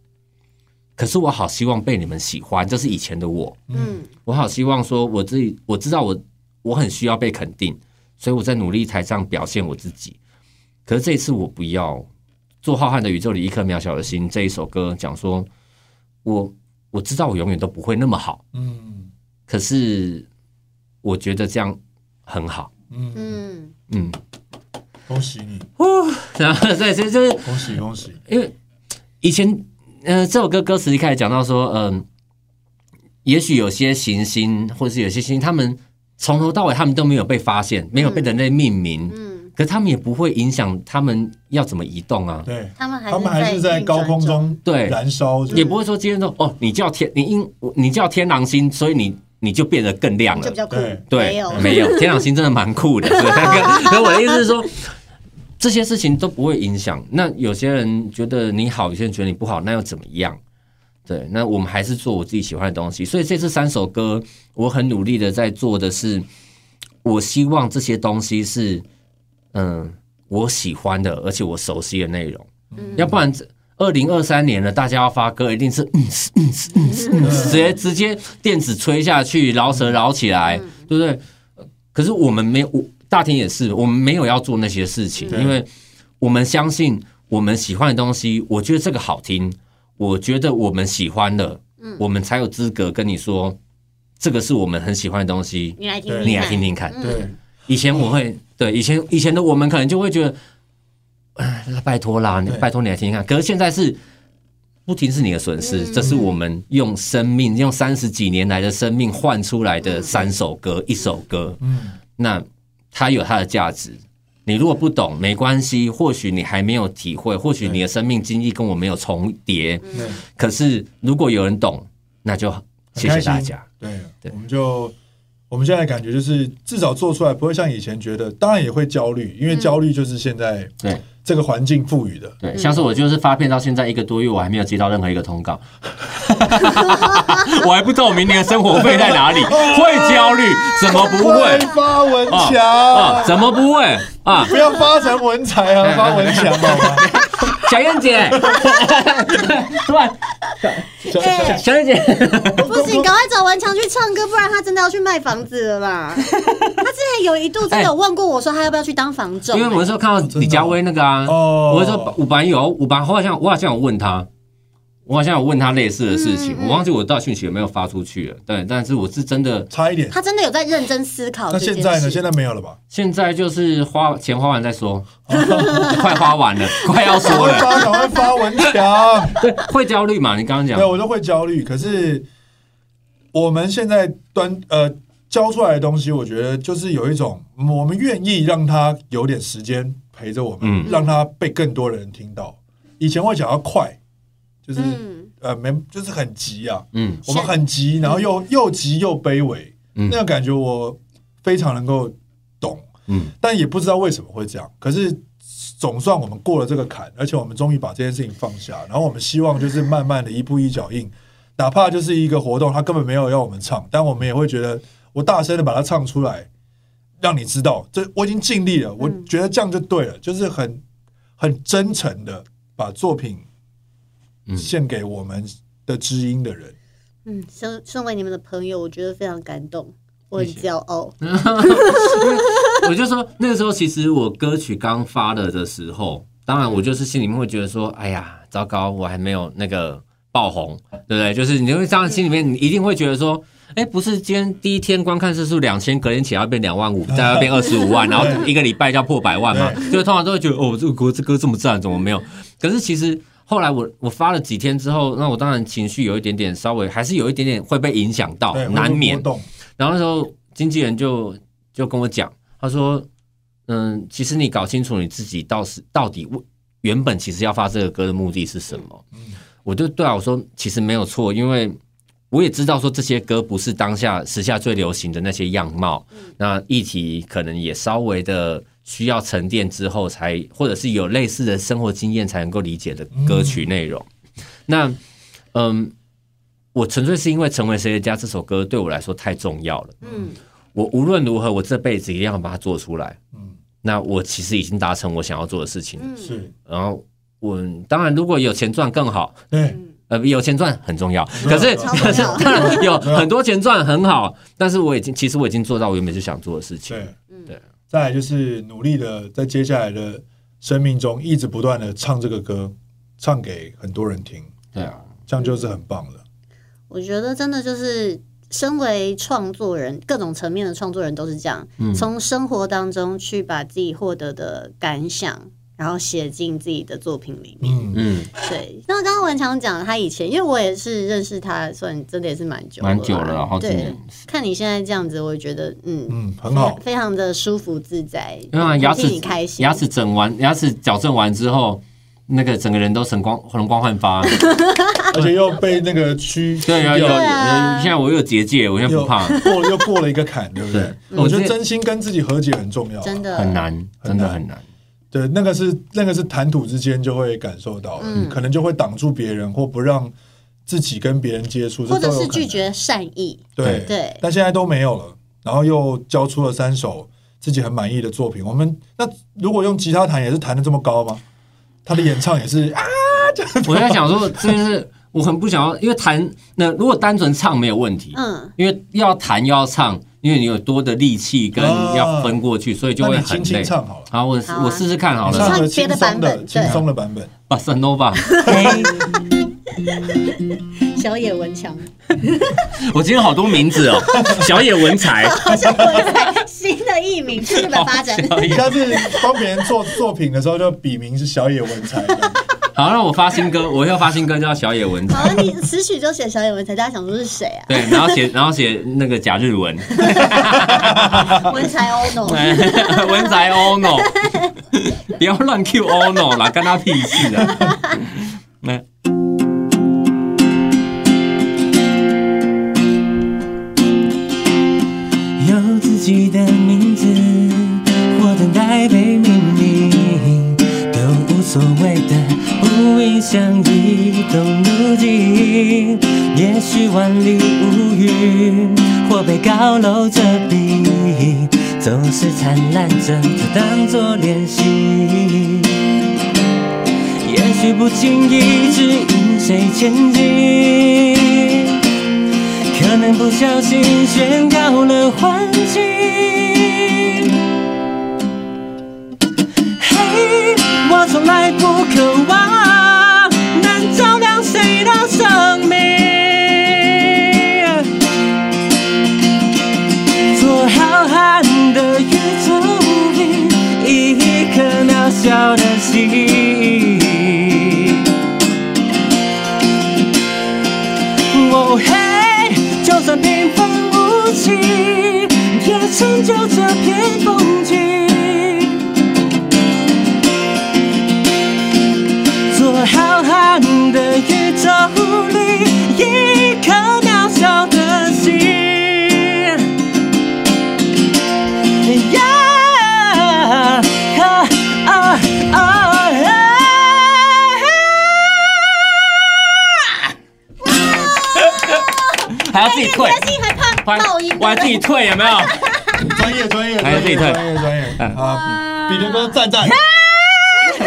A: 可是我好希望被你们喜欢，这是以前的我。
B: 嗯
A: 我好希望说我自己，我知道我我很需要被肯定，所以我在努力台上表现我自己。可是这一次我不要做《浩瀚的宇宙里一颗渺小的心》这一首歌，讲说我我知道我永远都不会那么好，
C: 嗯
A: 可是我觉得这样很好。
C: 嗯，
B: 嗯，
A: 嗯， (laughs)
C: 恭喜你，
A: 然后对，所以就是
C: 恭喜恭喜！
A: 因为以前，呃，这首歌歌词一开始讲到说，嗯、也许有些行星或是有些星，他们从头到尾他们都没有被发现，没有被人类命名，
B: 嗯
A: 可他们也不会影响他们要怎么移动啊，
C: 对
B: 他们还
C: 他们还是在
B: 在
C: 高空
B: 运转中，
C: 中
A: 对
C: 燃烧着，
A: 也不会说今天说哦，你叫天，你因你叫天狼星，所以你你就变得更亮
B: 就
A: 了
B: 比，较酷
C: 对，
A: 对，
B: 没有
A: 没有，天狼星真的蛮酷
B: (laughs)
A: 的。所以那个可我的意思是说，这些事情都不会影响。那有些人觉得你好，有些人觉得你不好，那又怎么样？对，那我们还是做我自己喜欢的东西。所以这次三首歌，我很努力的在做的是，我希望这些东西是，嗯，我喜欢的，而且我熟悉的内容。要不然这，二零二三年了，大家要发歌，一定是嗯嘶嗯嘶嗯嘶嗯嘶，直接直接电子吹下去，饶舌饶起来，对不对？可是我们没有，我大厅也是，我们没有要做那些事情，
C: 嗯
A: 因为我们相信我们喜欢的东西，我觉得这个好听，我觉得我们喜欢的，我们才有资格跟你说，这个是我们很喜欢的东西，
B: 你来听，嗯
A: 你来听听看。
C: 对，
A: 以前我
C: 嗯
A: 会对以前以前的我们可能就会觉得，哎，拜托啦，你
C: 对
A: 拜托你来听听看。可是现在是不停是你的损失，
C: 嗯
A: 这是我们用生命用三十几年来的生命换出来的三首歌，一首歌，
C: 嗯
A: 那它有它的价值。你如果不懂没关系，或许你还没有体会，或许你的生命经历跟我没有重叠。
C: 对，
A: 可是如果有人懂，那就
C: 嗯很
A: 谢
C: 开
A: 谢
C: 心
A: 大家。。
C: 对
A: 对，
C: 我们就我们现在的感觉就是，至少做出来不会像以前觉得，当然也会焦虑，因为焦虑就是现在
A: 对
C: 这个环境赋予的。
A: 对，像是我就是发片到现在一个多月，我还没有接到任何一个通告， (laughs) 我还不知道我明年的生活费在哪里，会焦虑，怎么不
C: 快
A: 会
C: 发文
A: 啊？哎
C: 强，
A: 怎么不会啊？
C: 不要发成文才啊，发文强好吗？
A: 小燕姐， (laughs) 突然，
C: 小小小
A: 小燕姐，
B: (laughs) 不行，赶快找文强去唱歌，不然他真的要去卖房子了
C: (laughs)
B: 啦。他之前有一度真的有问过我说他要不要去当房仲
A: 因
C: 哎
A: 为，我那时候看到李佳薇那个啊，
C: 哦
A: 我就说五班有五班，后来像我好像有问他，我好像有问他类似的事情，我忘记我到讯息有没有发出去了。对，但是我是真的，
C: 差一点。
B: 他真的有在认真思考
C: 那
B: 这件
C: 现
B: 事。
C: 在呢？现在没有了吧？
A: 现在就是花钱花完再说，快花完了，快要
C: 赶
A: 说
C: 快
A: 了，
C: 发，赶快发文强。
A: (laughs) 对，会焦虑嘛？你刚刚讲
C: 对，，我都会焦虑。可是我们现在端呃教出来的东西，我觉得就是有一种嗯我们愿意让他有点时间陪着我们，
A: 嗯
C: 让他被更多人听到。以前会想要快，就是、
B: 嗯，
C: 呃没就是很急啊，
A: 嗯，
C: 我们很急，然后又、又急又卑微，
A: 嗯
C: 那个感觉我非常能够懂，
A: 嗯，
C: 但也不知道为什么会这样。可是总算我们过了这个坎，而且我们终于把这件事情放下，然后我们希望就是慢慢的一步一脚印，哪怕就是一个活动，他根本没有要我们唱，但我们也会觉得我大声的把它唱出来，让你知道这我已经尽力
A: 嗯
C: 了，我觉得这样就对了，就是很很真诚的把作品
A: 嗯
C: 献给我们的知音的人。
B: 嗯，身身为你们的朋友，我觉得非常感动，我很
A: 谢谢
B: 骄傲。
C: 嗯
A: 我就说那个时候，其实我歌曲刚发了的时候，当然我就是心里面会觉得说，哎呀，糟糕，我还没有那个爆红，对不对？就是你会这样心里面，你一定会觉得说。哎，不是，今天第一天观看次数两千，隔天起来要变两万五，再要变二十五万，然后一个礼拜就要破百万嘛， (laughs) 就通常都会觉得哦，这个歌这歌这么赞，怎么没有？可是其实后来我我发了几天之后，那我当然情绪有一点点稍微还是有一点点会被影响到
C: 对，，
A: 难免
C: 我懂。
A: 然后那时候经纪人就就跟我讲，他说：“嗯，其实你搞清楚你自己到时到底为原本其实要发这个歌的目的是什么。”我就对啊，我说其实没有错，因为我也知道说这些歌不是当下时下最流行的那些样貌，那议题可能也稍微的需要沉淀之后才，或者是有类似的生活经验才能够理解的歌曲内容。那嗯，我纯粹是因为《成为谁的家》这首歌对我来说太重要了。
B: 嗯
A: 我无论如何，我这辈子一定要把它做出来。
C: 嗯，
A: 那我其实已经达成我想要做的事情了。
B: 嗯，
C: 是，
A: 然后我当然，如果有钱赚更好，
C: 对，
B: 嗯
A: 呃，有钱赚很重要。可是，
B: 超重
A: 可是
B: 要嗯
A: 当然有很多钱赚很好，但是我已经其实我已经做到我原本就想做的事情。
C: 对，
B: 嗯
A: 对啊
C: 再来就是努力的在接下来的生命中一直不断的唱这个歌，唱给很多人听，
A: 对啊，
C: 这样就是很棒了。
B: 我觉得真的就是，身为创作人，各种层面的创作人都是这样，
C: 嗯
B: 从生活当中去把自己获得的感想，然后写进自己的作品里面。
C: 嗯，
A: 嗯，
B: 对， (laughs) 那刚刚文强讲他以前，因为我也是认识他，算真的也是蛮久啦，
A: 蛮久了好几
B: 对
A: 年。
B: 看你现在这样子，我觉得嗯
C: 嗯
B: (laughs)
C: 很好
B: 非非常的舒服自在，
A: 因为啊牙
B: 替你
A: 齿
B: 开心，
A: 牙齿整完，牙齿矫正完之后，那个整个人都神光容光焕发。
C: 而且又被那个区
A: (laughs) 对啊，
C: 又
A: 有
B: 对啊
A: 现在我有结界，我现在
C: 又
A: 不怕，
C: 过又过了一个坎，对不对？
A: 对
C: 我觉
A: 我
C: 得
A: 这
C: 真心跟自己和解很重要啊，
B: 嗯真的
A: 很。难，真的很难。
C: 对，那个是那个是谈吐之间就会感受到的，
B: 嗯
C: 可能就会挡住别人或不让自己跟别人接触，这
B: 或者
C: 都有
B: 是
C: 可能
B: 拒绝善意，
C: 对
B: 对
C: 但现在都没有了，然后又交出了三首自己很满意的作品。我们那如果用吉他弹也是弹的这么高吗？他的演唱
A: (laughs)
C: 也是啊，
A: 我在想说，这就是我很不想要，因为弹那如果单纯唱没有问题， (laughs)
B: 嗯，
A: 因为要弹又要唱，因为你有多的力气跟
C: 啊
A: 要分过去，所以就
C: 那
A: 会
C: 你
A: 很
C: 轻
A: 累
C: 轻。唱好了，
A: 好，我
B: 好啊
A: 我试试看好
C: 你
A: 了
B: 唱，
C: 唱个
B: 别
C: 轻
B: 的版
C: 松的、
B: 本
C: 轻松的版本。
A: 把 s a n o v a
B: 小野文强，
A: 我今天好多名字哦， (laughs) 小野文
B: (laughs)
A: 才，
B: 好像我在新的艺名去日本发展。
A: 小
C: 你
A: 野
C: 下次帮别人做作品的时候，就笔名是小野文才。
A: 好，那我发新歌，我要发新歌叫小野文才，
B: 好，你词曲就写小野文才，大家想说是谁啊？
A: 对，然后写然后写那个假日文，
B: 文
A: (laughs)
B: 才
A: 哎
B: ono，
A: 文才 ono，不
B: (laughs)
A: 要乱 Q ono 啦，干他屁事啊！那
D: 有字，或等待被命名，都无所谓的，无影相依都如今。也许万里无云，或被高楼遮蔽，总是灿烂着，就当作练习。也许不经意指引谁前进，可能不小心宣告了环境。嘿，我从来不渴望能照亮谁的生命。做浩瀚的宇宙里，一颗渺小的心。哦嘿，就算平凡无奇，也成就这片风景。做浩瀚的宇宙里，一颗渺小的心。呀啊啊啊啊
A: 还要自己退，
B: 嘉欣还怕
A: 还
B: 爆音，
A: 我还自己退，有没有？
C: 专业专业，
A: 哎
C: 专业
A: 自己退
C: 专业专业
A: 嗯
C: 啊！彼得哥赞赞，
A: (laughs)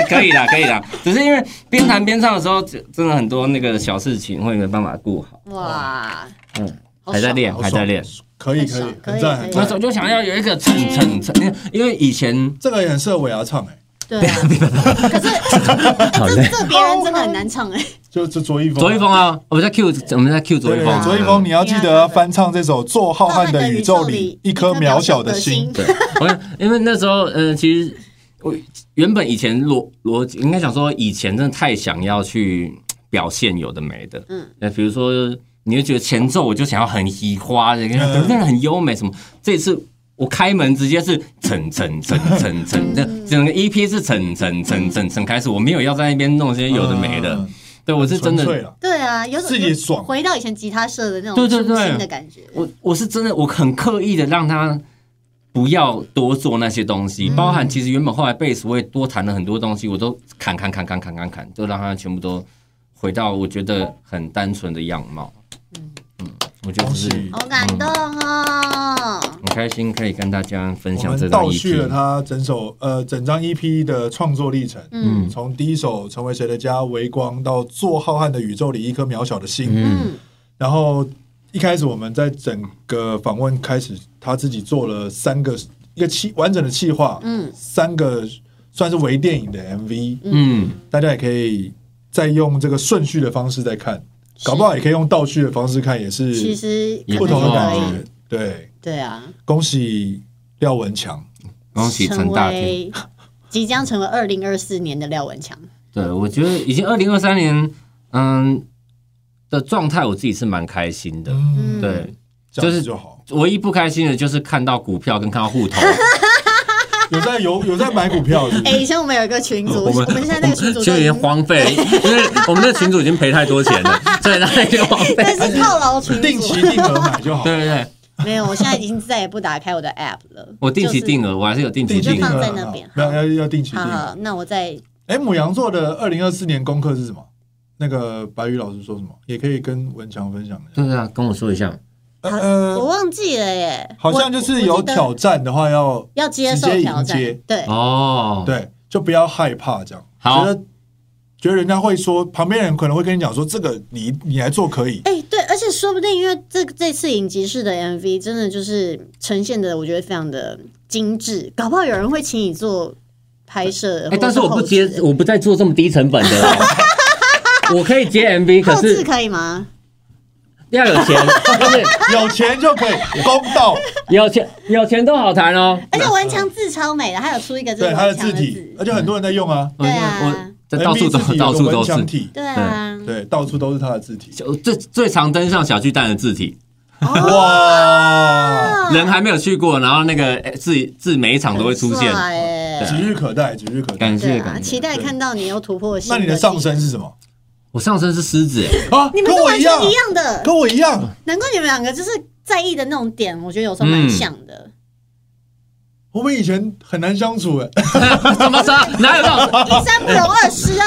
A: 可以啦，可以啦。只是因为边弹边唱的时候，真真的很多那个小事情会没办法顾好。
B: 哇，
A: 嗯，
B: 好爽哦
A: 还在练，
C: 好
A: 还在练。
C: 可以可
B: 太
C: 以
B: 爽，啊可以
C: 很赞很
B: 可以
A: 那时候
C: 赞。
A: 就想要有一个蹭蹭蹭，因为因为以前
C: 这个也很适合尾牙唱哎，
B: 对啊，可是哎这这别人真的很难唱哎，
C: 就就卓一峰，
A: 卓一峰啊，我们在 Q，我们在 Q
C: 对。
A: 卓一
C: 对
A: 峰，啊
C: 对，卓一峰，你要记得翻唱这首《做浩瀚的宇宙里一颗渺小的心》。
A: 对，我想因为那时候，嗯、其实我原本以前逻逻辑应该想说，以前真的太想要去表现有的没的，
B: 嗯
A: 嗯，那比如说，你会觉得前奏我就想要很移花，那个
C: 嗯
A: 那个很优美什么，这次。我开门直接是层层层层层，那整个 EP 是层层层层层开始，我没有要在那边弄些有的没的，
C: 嗯
A: 对我是真的
C: 纯粹了，
B: 对啊，有种
C: 自己爽
B: 回到以前吉他社的那种
A: 对对
B: 初
A: 对
B: 心的感觉。
A: 我我是真的，我很刻意的让他不要多做那些东西，包含其实原本后来贝斯我也多弹了很多东西，我都砍砍砍砍砍砍砍，都让他全部都回到我觉得很单纯的样貌。嗯，我觉得
C: 恭
A: 是
C: 喜！
B: 好感动哦！
A: 很开心可以跟大家分
C: 我
A: 享这
C: 们
A: 张 E
C: 倒叙了
A: EP。
C: 他整首呃整张 EP 的创作历程，
B: 嗯
C: 从第一首《成为谁的家》微光到《做浩瀚的宇宙里一颗渺小的心》，
B: 嗯
C: 然后一开始我们在整个访问开始，他自己做了三个一个企完整的企划，
B: 嗯
C: 三个算是微电影的 MV，
A: 嗯，
C: 大家也可以再用这个顺序的方式再看，搞不好也可以用倒叙的方式看，也
B: 嗯其
C: 是
B: 实
A: 也
C: 不同的感
B: 可
A: 不
B: 能也可以
A: 错啊
C: 觉。对，
B: 对啊，
C: 恭喜廖文强。
A: 恭喜陈大天。
B: 成为 (laughs) 即将成为二零二四年的廖文强。
A: 对，我觉得已经二零二三年，嗯的状态，我自己是蛮开心的。
C: 嗯，
A: 对，就
C: 这样子
A: 是
C: 就好。
A: 唯一不开心的就是看到股票跟看到户头。啊
C: 有在有有在买股
B: (laughs)
C: 票是不
B: 哎、
C: 是
B: 以前我们有一个群组，我们现在那个群组
A: 其
B: 都
A: 实
B: 已
A: 已经
B: 经，
A: 荒废， (laughs) 因为我们的群主已经赔太多钱 (laughs) 了，所以他已经荒废。
B: 但是套牢群
C: 定
B: 组
C: 期定额买
B: (laughs)
C: 就好。
A: 对对对，
B: 没有，我现在已经再也不打开我的 app 了。
A: 我定期定
B: 了。
A: 额，我还是有定期
C: 定期
A: 定
C: 定
B: 我就
A: 额。
C: 额
B: 放在那边
C: 好要要要定期定
B: 好
C: 额。
B: 好，那我再
C: 哎，母羊座的二零二四年功课是什么？那个白宇老师说什么？也可以跟文强分享一下。
A: 对对啊，跟我说一下。
C: 呃
A: 嗯
B: 我
C: 呃，
B: 忘记了耶，
C: 好像就是有
B: 我记得
C: 挑战的话要
B: 要接受挑战
C: 直接迎接，
B: 对，
A: 哦，，
C: 对，就不要害怕这样。
A: 好
C: 觉得觉得人家会说，旁边人可能会跟你讲说，这个你你来
B: (laughs)
C: 做可以。
B: 哎、对，而且说不定因为这这次影集式的 MV 真的就是呈现的，我觉得非常的精致，搞不好有人会请你做拍摄。
A: 哎，但是我不
B: 或
A: 接
B: 者是，后
A: 我不再做这么低成本的 (laughs) 了。我可以接 MV，
B: 置，
A: 可
B: 后置
A: 是
B: 可以吗？
A: 要有钱，就是
C: 有钱就可以，公道。
A: 有钱有钱都好谈哦。
B: 而且文强字超美的，他有出一个这个
C: 对，它的
B: 文强
C: 字
B: 的
C: 体，而且很多人在用啊。
A: 我
B: 对啊
A: 我这到处都
C: MV 字体有
A: 到
C: 个
A: 处都
C: 文
A: 是
C: 强，体，
B: 对啊，
C: 对，到处都是它的字体。
A: 就最最常登上小巨蛋的字体，
C: 哇，
B: 啊
A: 人还没有去过，然后那个哎字字每一场都会出现啊
B: 很。帅耶
C: 指日可待，指日可待。
A: 感
B: 对
A: 谢
B: 啊，
A: 感
B: 期
A: 谢。
B: 待看到你又突破新
C: 那你的
B: 纪
C: 上
B: 录
C: 身是什么
A: 我上身是狮子，哎
C: 啊？
B: 你
C: 跟
B: 们都
C: 我
B: 完
C: 一
B: 全
C: 样，
B: 一样的，
C: 跟我一样。
A: 嗯
B: 难怪你们两个就是在意的那种点，我觉得有时候蛮像的。
C: 我们以前很难相处哎，
A: (laughs) 怎么杀？哪有那种？
B: (laughs) 一山不容二十
A: (laughs)
B: 啊！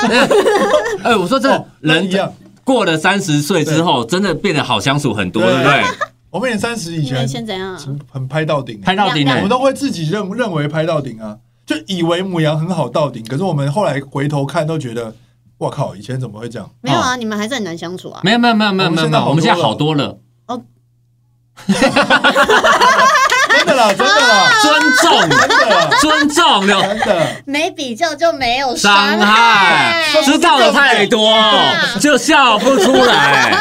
A: 哎，我说真
C: 哦 (laughs)
A: 的，人
C: 一样。
A: 过了三十岁之后，真的变得好相处很多，
C: 对
A: 对不对？
C: 我们也三十以
B: 你
C: 前
B: 们先怎样啊？
C: 很 (laughs) 拍到顶欸，
A: 拍到底呢
C: 我们？都会自己认认为拍到顶啊，就以为母羊很好到顶，可是我们后来回头看都觉得，哇靠，以前怎么会这样？
B: 没有啊，你们还是很难相处啊。
A: 没有没有没有没有没有没有，
C: 我
A: 我
C: 们
A: 们
C: 现
A: 现
C: 在
A: 在
C: 好
A: 好
C: 多
A: 多了，
C: 真的啦，真的啦，
A: 尊
B: (laughs)
A: 重，
C: 真的啦，
A: 尊重了，
C: 真的，
B: 没比较就没有
A: 伤害
B: (laughs) 害，
A: 知道的太多就笑不出来。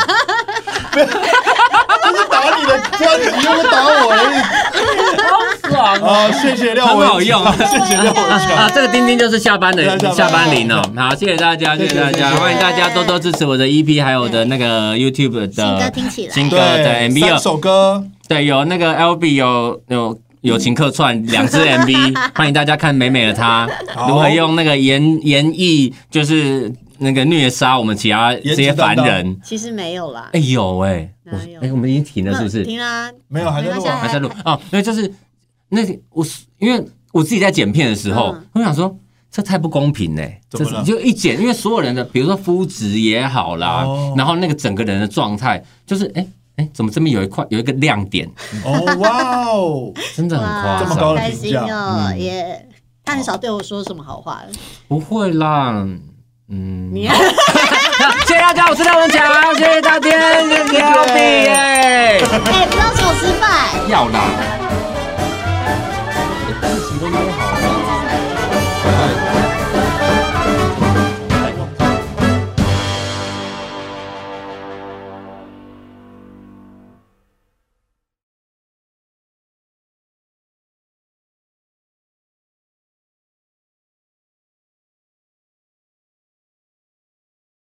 C: 就是打你的专辑，又不打我而已。啊，谢谢廖文，
A: 很好用
C: 谢谢廖文
A: 啊， (laughs)
C: 强，
A: 这个钉钉就是下班的
C: 对下
A: 下
C: 班
A: 班铃哦。好，谢谢大家，谢谢大
C: 谢谢谢
A: 家，
C: 谢
A: 欢迎大家多多支持我的 EP，还有我的那个 YouTube
B: 新歌
A: 的
B: 听起来。
A: 新歌的
C: 对，
A: MV
C: 三
A: 哦
C: 首歌，
A: 对，有那个 LB 有有友情客
C: (laughs)
A: 串两支 MV，欢迎大家看美美的她
C: 好
A: 如何用那个言言绎，就是那个虐杀我们其他这些凡
C: 言
A: 人。
B: (laughs) 其实没有啦
A: 哎，有哎，
B: 哪
A: 我
B: 有
A: 哎我们已经停了是不
C: 嗯
A: 是？
B: 停啦，
C: 没有还在录啊，
A: 还在录哦，那就是那个我是因为我自己在剪片的时候
B: 嗯，
A: 我想说这太不公平嘞，
C: 怎么
A: 这
C: 了
A: 就一剪，因为所有人的，比如说肤质也好啦
C: 哦，
A: 然后那个整个人的状态，就是哎哎，怎么这边有一块有一个亮点，
C: 哦哇哦，
A: 真的很
B: 哇，
A: 夸
C: 这么高
A: 张
B: 好
C: 的，
B: 开
C: 评
B: 心
C: 价
B: 哦，
A: 嗯
B: 也他很少对我说什么好话。
A: 不会啦，嗯， (laughs)
B: 你啊
A: 谢谢大家，我是廖文强，谢谢大家，谢谢老弟，耶，
B: (laughs) 哎，不要请我吃饭。
A: (laughs) 要啦，哎自己都没有好了。